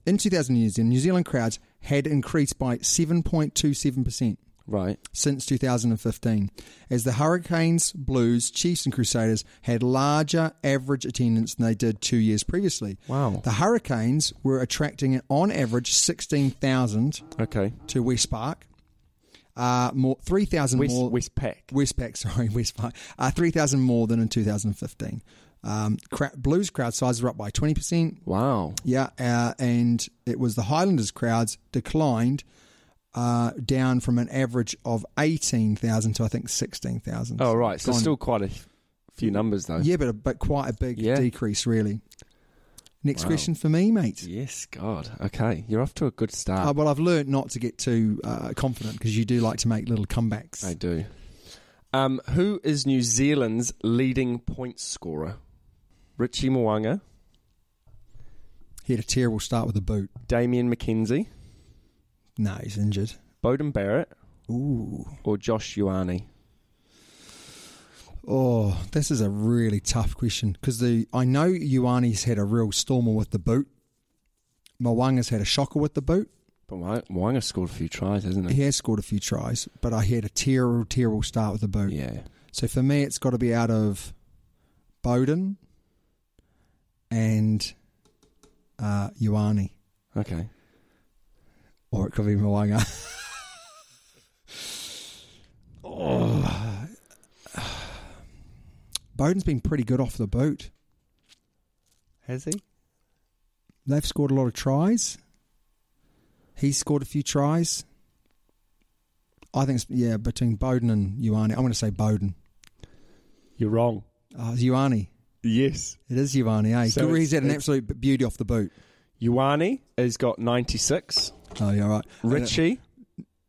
[SPEAKER 3] in 2000 New Zealand, New Zealand crowds had increased by 7.27 percent.
[SPEAKER 4] right.
[SPEAKER 3] since 2015, as the Hurricanes, Blues, Chiefs, and Crusaders had larger average attendance than they did two years previously.
[SPEAKER 4] Wow.
[SPEAKER 3] The Hurricanes were attracting, on average, 16,000
[SPEAKER 4] Okay.
[SPEAKER 3] to West Park, uh, more 3,000
[SPEAKER 4] West
[SPEAKER 3] more.
[SPEAKER 4] Westpac.
[SPEAKER 3] Westpac, sorry, Westpac, uh, 3,000 more than in 2015. Um, cra- Blues crowd sizes were up by 20%.
[SPEAKER 4] Wow.
[SPEAKER 3] Yeah, uh, and it was the Highlanders crowds declined uh, down from an average of 18,000 to I think 16,000.
[SPEAKER 4] Oh, right. So
[SPEAKER 3] Gone-
[SPEAKER 4] still quite a f- few numbers, though.
[SPEAKER 3] Yeah, but, a, but quite a big
[SPEAKER 4] Yeah.
[SPEAKER 3] decrease, really. Next
[SPEAKER 4] Wow.
[SPEAKER 3] question for me, mate.
[SPEAKER 4] Yes, God. Okay. You're off to a good start.
[SPEAKER 3] Uh, well, I've learned not to get too uh, confident because you do like to make little comebacks.
[SPEAKER 4] I do. Um, who is New Zealand's leading point scorer? Richie Mwanga,
[SPEAKER 3] He had a terrible start with a boot.
[SPEAKER 4] Damien McKenzie,
[SPEAKER 3] No, he's injured.
[SPEAKER 4] Bowden Barrett,
[SPEAKER 3] Ooh.
[SPEAKER 4] or Josh Ioane?
[SPEAKER 3] Oh, this is a really tough question because the I know Ioane's had a real stormer with the boot. Mwanga's had a shocker with the boot.
[SPEAKER 4] But Mwa- Mwanga scored a few tries, hasn't
[SPEAKER 3] He
[SPEAKER 4] he?
[SPEAKER 3] has scored a few tries, but I had a terrible, terrible start with the boot.
[SPEAKER 4] Yeah.
[SPEAKER 3] So for me, it's got to be out of Bowden and uh, Ioane,
[SPEAKER 4] Okay.
[SPEAKER 3] or it could be Mwanga. Oh. Bowden's been pretty good off the boot.
[SPEAKER 4] Has he?
[SPEAKER 3] They've scored a lot of tries. He's scored a few tries. I think, it's, yeah, between Bowden and Ioane. I'm going to say Bowden.
[SPEAKER 4] You're wrong.
[SPEAKER 3] Uh, Ioane.
[SPEAKER 4] Yes.
[SPEAKER 3] It is Ioane, eh?
[SPEAKER 4] So it's-
[SPEAKER 3] He's had an
[SPEAKER 4] it's-
[SPEAKER 3] absolute beauty off the boot.
[SPEAKER 4] Ioane has got 96.
[SPEAKER 3] Oh, yeah, right.
[SPEAKER 4] Richie,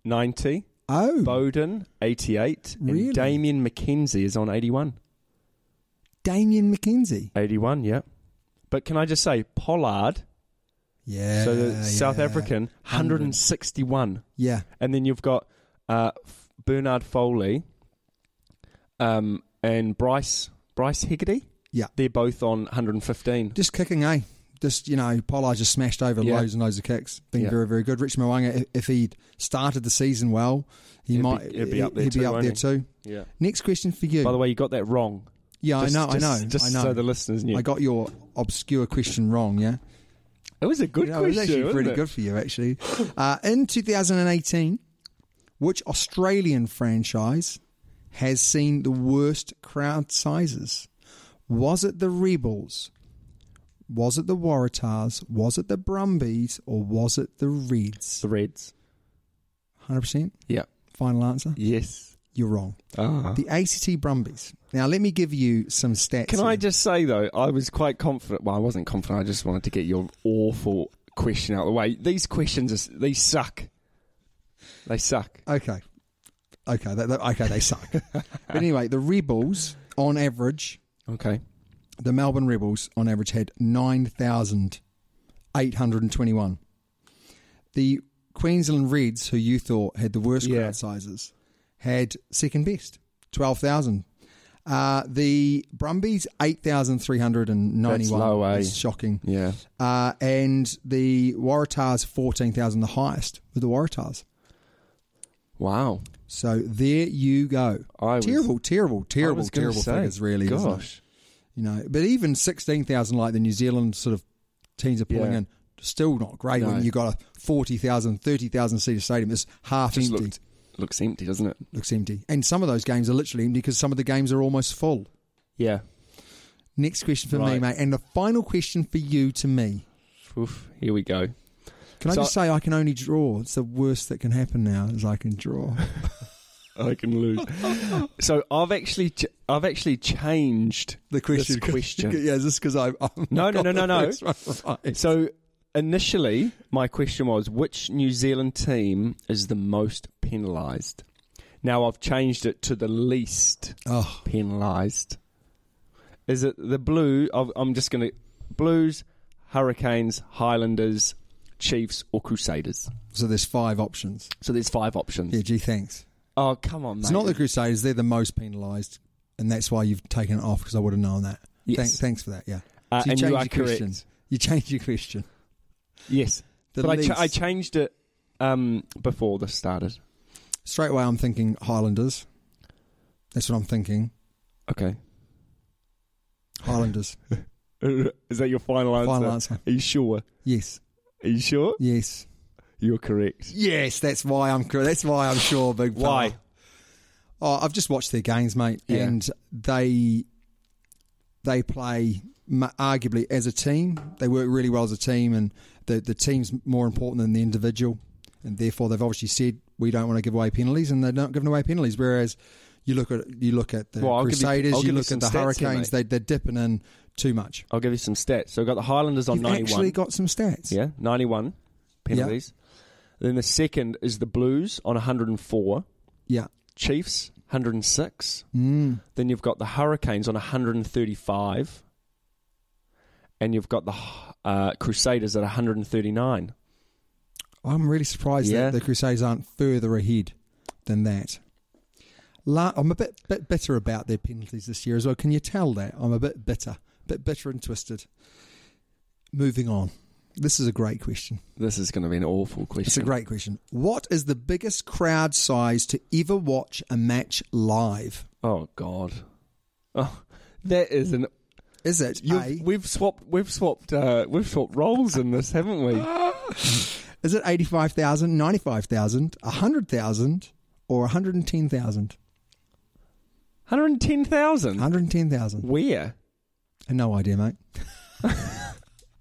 [SPEAKER 4] 90.
[SPEAKER 3] Oh,
[SPEAKER 4] Bowden, 88.
[SPEAKER 3] Really?
[SPEAKER 4] And Damien McKenzie is on 81.
[SPEAKER 3] Damien McKenzie.
[SPEAKER 4] 81, yeah. But can I just say, Pollard,
[SPEAKER 3] Yeah.
[SPEAKER 4] so the South
[SPEAKER 3] yeah.
[SPEAKER 4] African, 161.
[SPEAKER 3] Yeah.
[SPEAKER 4] And then you've got uh, F- Bernard Foley um, and Bryce Bryce Higgity.
[SPEAKER 3] Yeah.
[SPEAKER 4] They're both on 115.
[SPEAKER 3] Just kicking, eh? Just, you know, Pollard just smashed over
[SPEAKER 4] Yeah.
[SPEAKER 3] loads and loads of kicks. Been
[SPEAKER 4] Yeah.
[SPEAKER 3] very, very good. Rich Mwanga, if- if he'd started the season well, he
[SPEAKER 4] He'd
[SPEAKER 3] might
[SPEAKER 4] be- he'd be up there
[SPEAKER 3] he'd
[SPEAKER 4] too,
[SPEAKER 3] be up
[SPEAKER 4] won't
[SPEAKER 3] there
[SPEAKER 4] he?
[SPEAKER 3] too.
[SPEAKER 4] Yeah.
[SPEAKER 3] Next question for you.
[SPEAKER 4] By the way, you got that wrong.
[SPEAKER 3] yeah,
[SPEAKER 4] Just-
[SPEAKER 3] I know, I
[SPEAKER 4] just-
[SPEAKER 3] know.
[SPEAKER 4] Just
[SPEAKER 3] I know.
[SPEAKER 4] so the listeners knew.
[SPEAKER 3] I got your obscure question wrong, yeah?
[SPEAKER 4] it was a good
[SPEAKER 3] Yeah,
[SPEAKER 4] question.
[SPEAKER 3] It was actually
[SPEAKER 4] wasn't
[SPEAKER 3] pretty
[SPEAKER 4] it?
[SPEAKER 3] good for you, actually. Uh, in 2018, which Australian franchise has seen the worst crowd sizes? Was it the Rebels? Was it the Waratahs? Was it the Brumbies? Or was it the Reds?
[SPEAKER 4] The Reds.
[SPEAKER 3] 100%?
[SPEAKER 4] Yeah.
[SPEAKER 3] Final answer?
[SPEAKER 4] Yes.
[SPEAKER 3] You're wrong.
[SPEAKER 4] Ah.
[SPEAKER 3] The ACT Brumbies. Now, let me give you some stats.
[SPEAKER 4] Can
[SPEAKER 3] here.
[SPEAKER 4] I just say though, I was quite confident. Well, I wasn't confident. I just wanted to get your awful question out of the way. These questions, are, s- they suck. They suck.
[SPEAKER 3] Okay. Okay, they, they- okay, they suck. but anyway, the Rebels, on average,
[SPEAKER 4] Okay.
[SPEAKER 3] the Melbourne Rebels on average had 9,821. The Queensland Reds, who you thought had the worst
[SPEAKER 4] Yeah.
[SPEAKER 3] crowd sizes, had second best, 12,000. Uh, the Brumbies, 8,391.
[SPEAKER 4] That's low, eh?
[SPEAKER 3] That's shocking.
[SPEAKER 4] Yeah.
[SPEAKER 3] Uh, and the Waratahs, 14,000, the highest with the Waratahs.
[SPEAKER 4] Wow.
[SPEAKER 3] So there you go.
[SPEAKER 4] I was-
[SPEAKER 3] terrible, terrible,
[SPEAKER 4] I
[SPEAKER 3] terrible,
[SPEAKER 4] was gonna
[SPEAKER 3] terrible
[SPEAKER 4] say,
[SPEAKER 3] figures, really. isn't it?
[SPEAKER 4] Gosh.
[SPEAKER 3] you know. But even sixteen thousand, like the New Zealand sort of teams are pulling
[SPEAKER 4] Yeah.
[SPEAKER 3] in, still not great.
[SPEAKER 4] No.
[SPEAKER 3] When you got a 40,000, 30,000 seater stadium, it's half
[SPEAKER 4] Just
[SPEAKER 3] empty.
[SPEAKER 4] looked, looks empty, doesn't it?
[SPEAKER 3] Looks empty, and some of those games are literally empty because some of the games are almost full.
[SPEAKER 4] Yeah.
[SPEAKER 3] Next question for me,
[SPEAKER 4] Right.
[SPEAKER 3] mate, and the final question for you to me.
[SPEAKER 4] Oof, here we go.
[SPEAKER 3] Can
[SPEAKER 4] So-
[SPEAKER 3] I just say I can only draw? It's the worst that can happen now is I can draw.
[SPEAKER 4] I can lose. so I've actually, ch- I've actually changed
[SPEAKER 3] The question,
[SPEAKER 4] This question.
[SPEAKER 3] yeah, is this because I? I'm
[SPEAKER 4] No, no, no, no, no.
[SPEAKER 3] Right.
[SPEAKER 4] So initially, my question was which New Zealand team is the most penalised? Now I've changed it to the least
[SPEAKER 3] Oh,
[SPEAKER 4] penalised. Is it the blue? I've- I'm just going to Blues, Hurricanes, Highlanders, Chiefs, or Crusaders.
[SPEAKER 3] so there's five options.
[SPEAKER 4] So there's five options.
[SPEAKER 3] Yeah, gee, thanks.
[SPEAKER 4] Oh come on, mate.
[SPEAKER 3] It's not the Crusaders. They're the most penalised, and that's why you've taken it off because I would have known that.
[SPEAKER 4] Yes.
[SPEAKER 3] Thank- thanks for that. Yeah.
[SPEAKER 4] Uh, and you
[SPEAKER 3] changed
[SPEAKER 4] are
[SPEAKER 3] your question.
[SPEAKER 4] correct.
[SPEAKER 3] You changed your question.
[SPEAKER 4] yes,
[SPEAKER 3] The
[SPEAKER 4] but I, cha-
[SPEAKER 3] least-
[SPEAKER 4] I changed it um, before this started.
[SPEAKER 3] Straight away, I'm thinking Highlanders. That's what I'm thinking.
[SPEAKER 4] Okay,
[SPEAKER 3] Highlanders.
[SPEAKER 4] is that your final answer?
[SPEAKER 3] Final answer.
[SPEAKER 4] Are you sure?
[SPEAKER 3] yes.
[SPEAKER 4] Are you sure?
[SPEAKER 3] Yes.
[SPEAKER 4] You're correct.
[SPEAKER 3] Yes. That's why I'm. cor- That's why I'm sure. Big. fella.
[SPEAKER 4] Why?
[SPEAKER 3] Oh, I've just watched their games, mate,
[SPEAKER 4] Yeah.
[SPEAKER 3] and they They play mu- arguably as a team. They work really well as a team, and the the team's more important than the individual. And therefore, they've obviously said we don't want to give away penalties, and they're not giving away penalties. Whereas you look at you look at the
[SPEAKER 4] Well, I'll give you-
[SPEAKER 3] Crusaders,
[SPEAKER 4] I'll
[SPEAKER 3] you,
[SPEAKER 4] give you
[SPEAKER 3] look
[SPEAKER 4] some
[SPEAKER 3] at the
[SPEAKER 4] stats here,
[SPEAKER 3] Hurricanes.
[SPEAKER 4] mate.
[SPEAKER 3] they, they're dipping in too much.
[SPEAKER 4] I'll give you some stats. So we've got the Highlanders on
[SPEAKER 3] You've
[SPEAKER 4] 91.
[SPEAKER 3] actually got some stats.
[SPEAKER 4] Yeah, 91 penalties. Then the second is the Blues on 104.
[SPEAKER 3] Yeah.
[SPEAKER 4] Chiefs, 106.
[SPEAKER 3] Mm.
[SPEAKER 4] Then you've got the Hurricanes on 135. And you've got the uh, Crusaders at 139.
[SPEAKER 3] I'm really surprised
[SPEAKER 4] Yeah.
[SPEAKER 3] that the Crusades aren't further ahead than that. La- I'm a bit bit bitter about their penalties this year as well. Can you tell that? I'm a bit bitter, bit bitter and twisted. Moving on. This is a great question.
[SPEAKER 4] This is going to be an awful question.
[SPEAKER 3] It's a great question. What is the biggest crowd size to ever watch a match live?
[SPEAKER 4] Oh God. Oh, that is an.
[SPEAKER 3] Is it? A?
[SPEAKER 4] You've, we've swapped. We've swapped. Uh, we've swapped roles in this, haven't we?
[SPEAKER 3] Is it 85,000, 95,000, 100,000 or 110,000?
[SPEAKER 4] 110,000.
[SPEAKER 3] 110,000.
[SPEAKER 4] Where?
[SPEAKER 3] No idea, mate.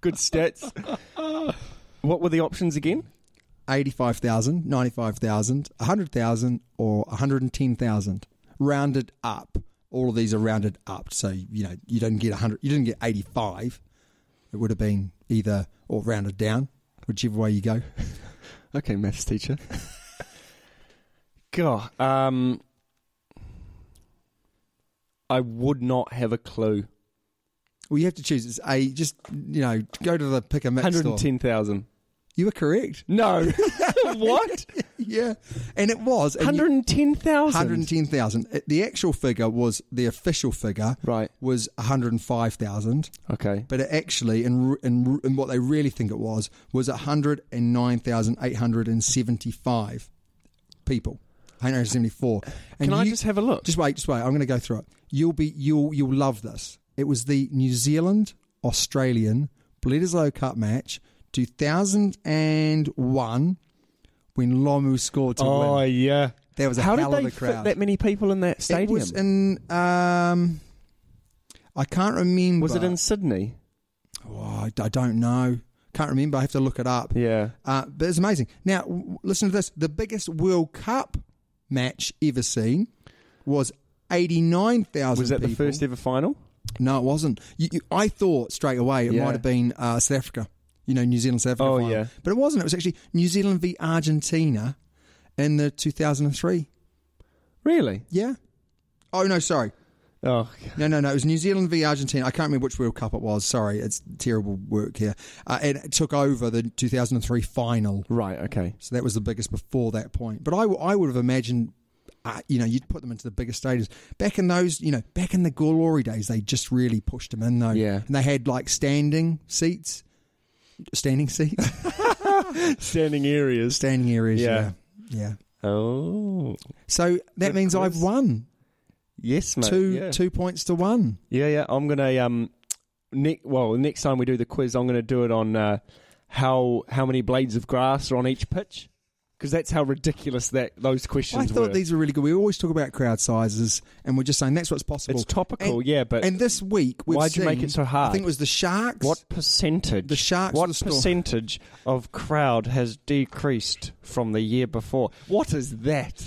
[SPEAKER 4] Good stats. what were the options again?
[SPEAKER 3] 85,000, 95,000, 100,000 or 110,000 rounded up. All of these are rounded up. So, you know, you didn't get 100, you didn't get 85. It would have been either or rounded down, whichever way you go.
[SPEAKER 4] Okay, maths teacher. God, um, I would not have a clue.
[SPEAKER 3] Well, you have to choose. It's a just, you know, go to the pick a mix store.
[SPEAKER 4] 110,000.
[SPEAKER 3] You were correct.
[SPEAKER 4] No, what?
[SPEAKER 3] Yeah. And it was and you-
[SPEAKER 4] 110,000.
[SPEAKER 3] 110,000. It- Uh, The actual figure was the official figure
[SPEAKER 4] Right.
[SPEAKER 3] was 105,000.
[SPEAKER 4] Okay.
[SPEAKER 3] but it actually, and in, in what they really think it was, was 109,875 people. 174. And
[SPEAKER 4] Can I just have a look?
[SPEAKER 3] Just wait, just wait. I'm going to go through it. You'll be, you'll, you'll love this. It was the New Zealand Australian Bledisloe Cup match, 2001, when Lomu scored
[SPEAKER 4] Oh,
[SPEAKER 3] to win.
[SPEAKER 4] yeah.
[SPEAKER 3] There was a
[SPEAKER 4] How
[SPEAKER 3] hell
[SPEAKER 4] did
[SPEAKER 3] of
[SPEAKER 4] they
[SPEAKER 3] a
[SPEAKER 4] fit
[SPEAKER 3] crowd.
[SPEAKER 4] that many people in that stadium?
[SPEAKER 3] It was in, um, I can't remember.
[SPEAKER 4] Was it in Sydney?
[SPEAKER 3] Oh, I, I don't know. Can't remember. I have to look it up.
[SPEAKER 4] Yeah.
[SPEAKER 3] Uh, but it's amazing. Now, w- listen to this. The biggest World Cup match ever seen was 89,000
[SPEAKER 4] Was that the
[SPEAKER 3] people.
[SPEAKER 4] first ever final?
[SPEAKER 3] No, it wasn't. You, you, I thought straight away it
[SPEAKER 4] Yeah.
[SPEAKER 3] might have been uh, South Africa, you know, New Zealand, South Africa.
[SPEAKER 4] Oh,
[SPEAKER 3] final.
[SPEAKER 4] yeah.
[SPEAKER 3] But it wasn't. It was actually New Zealand v Argentina in the 2003.
[SPEAKER 4] Really?
[SPEAKER 3] Yeah. Oh, no, sorry.
[SPEAKER 4] Oh,
[SPEAKER 3] No, no, no. It was New Zealand v Argentina. I can't remember which World Cup it was. Sorry, it's terrible work here. Uh, and it took over the 2003 final.
[SPEAKER 4] right. Okay.
[SPEAKER 3] So that was the biggest before that point. But I, w- I would have imagined, uh, you know, you'd put them into the biggest stadiums. Back in those, you know, back in the glory days, they just really pushed them in, though.
[SPEAKER 4] Yeah.
[SPEAKER 3] And they had like standing seats, standing seats,
[SPEAKER 4] Standing areas.
[SPEAKER 3] standing areas.
[SPEAKER 4] Yeah.
[SPEAKER 3] Yeah. Yeah.
[SPEAKER 4] oh.
[SPEAKER 3] So that
[SPEAKER 4] Of
[SPEAKER 3] means I've
[SPEAKER 4] course.
[SPEAKER 3] won
[SPEAKER 4] Yes, mate.
[SPEAKER 3] two
[SPEAKER 4] yeah.
[SPEAKER 3] two points to one.
[SPEAKER 4] Yeah, yeah. I'm gonna um, Nick. Well, next time we do the quiz, I'm gonna do it on uh, how how many blades of grass are on each pitch because that's how ridiculous that those questions
[SPEAKER 3] I thought
[SPEAKER 4] were.
[SPEAKER 3] these were really good. We always talk about crowd sizes, and we're just saying that's what's possible.
[SPEAKER 4] It's topical, yeah, but
[SPEAKER 3] and this week we've
[SPEAKER 4] why'd you make
[SPEAKER 3] seen-
[SPEAKER 4] it so hard?
[SPEAKER 3] I think it was the sharks.
[SPEAKER 4] what percentage?
[SPEAKER 3] The sharks
[SPEAKER 4] What
[SPEAKER 3] of the storm.
[SPEAKER 4] percentage of crowd has decreased from the year before? What is that?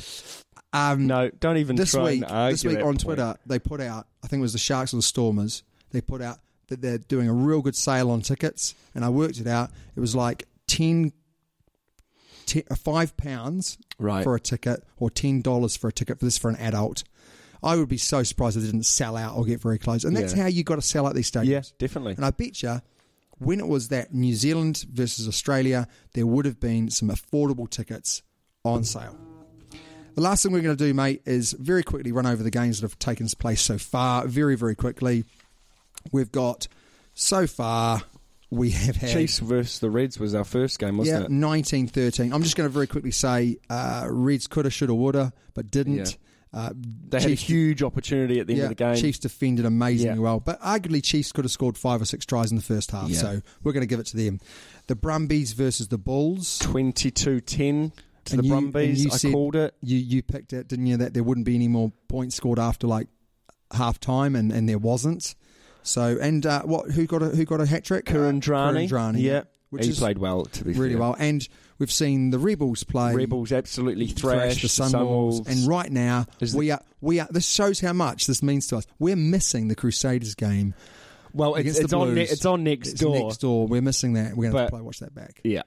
[SPEAKER 3] Um,
[SPEAKER 4] No, don't even
[SPEAKER 3] this
[SPEAKER 4] try
[SPEAKER 3] week,
[SPEAKER 4] and argue
[SPEAKER 3] this week
[SPEAKER 4] that
[SPEAKER 3] on
[SPEAKER 4] point.
[SPEAKER 3] Twitter, they put out. I think it was the Sharks or the Stormers. They put out that they're doing a real good sale on tickets, and I worked it out. It was like 10, 10 uh, five pounds
[SPEAKER 4] Right.
[SPEAKER 3] for a ticket, or ten dollars for a ticket for this for an adult. I would be so surprised if they didn't sell out or get very close. And that's
[SPEAKER 4] Yeah.
[SPEAKER 3] how you got to sell out these stadiums.
[SPEAKER 4] Yeah, definitely.
[SPEAKER 3] And I bet you, when it was that New Zealand versus Australia, there would have been some affordable tickets on sale. The last thing we're going to do, mate, is very quickly run over the games that have taken place so far. Very, very quickly. We've got so far we have had
[SPEAKER 4] Chiefs versus the Reds was our first game, wasn't
[SPEAKER 3] yeah,
[SPEAKER 4] it?
[SPEAKER 3] nineteen thirteen. I'm just going to very quickly say uh, Reds coulda, shoulda, woulda, but didn't. Uh,
[SPEAKER 4] They had a huge opportunity at the end
[SPEAKER 3] yeah,
[SPEAKER 4] of the game.
[SPEAKER 3] Chiefs defended amazingly
[SPEAKER 4] Yeah.
[SPEAKER 3] well, but arguably Chiefs could have scored five or six tries in the first half.
[SPEAKER 4] Yeah.
[SPEAKER 3] So we're going to give it to them. The Brumbies versus the Bulls.
[SPEAKER 4] 22-10 to the
[SPEAKER 3] you-
[SPEAKER 4] Brumbies.
[SPEAKER 3] you
[SPEAKER 4] I
[SPEAKER 3] said-
[SPEAKER 4] called it.
[SPEAKER 3] You you picked it, didn't you? That there wouldn't be any more points scored after like half time, and, and there wasn't. So and uh, what? Who got a who got a hat trick?
[SPEAKER 4] Kurandrani.
[SPEAKER 3] Kurandrani.
[SPEAKER 4] Yeah.
[SPEAKER 3] which
[SPEAKER 4] he
[SPEAKER 3] is
[SPEAKER 4] played well, to be
[SPEAKER 3] really
[SPEAKER 4] fair.
[SPEAKER 3] well. And we've seen the Rebels play.
[SPEAKER 4] Rebels absolutely
[SPEAKER 3] Thrash,
[SPEAKER 4] thrashed
[SPEAKER 3] the Sunwolves, and right now
[SPEAKER 4] Is
[SPEAKER 3] we are we are. This shows how much this means to us. We're missing the Crusaders game.
[SPEAKER 4] Well, Oh, it's,
[SPEAKER 3] against the
[SPEAKER 4] it's on ne-
[SPEAKER 3] Blues.
[SPEAKER 4] it's on next
[SPEAKER 3] It's
[SPEAKER 4] door.
[SPEAKER 3] Next door, we're missing that. We're going to have to
[SPEAKER 4] But-
[SPEAKER 3] play watch that back.
[SPEAKER 4] Yeah.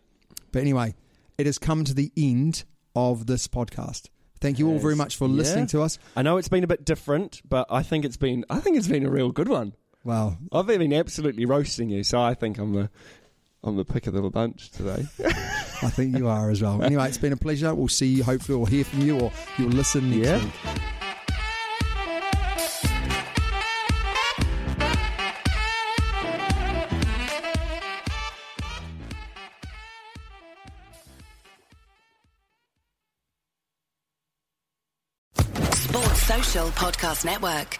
[SPEAKER 3] But anyway, it has come to the end of this podcast. Thank you all very much for
[SPEAKER 4] Yeah.
[SPEAKER 3] listening to us.
[SPEAKER 4] I know it's been a bit different, but I think it's been I think it's been a real good one.
[SPEAKER 3] Wow,
[SPEAKER 4] I've been absolutely roasting you, so I think I'm the I'm the pick of the bunch today.
[SPEAKER 3] I think you are as well. Anyway, it's been a pleasure. We'll see you hopefully, or hear from you, or you'll listen next
[SPEAKER 4] Yeah.
[SPEAKER 3] week.
[SPEAKER 6] Sports Social Podcast Network.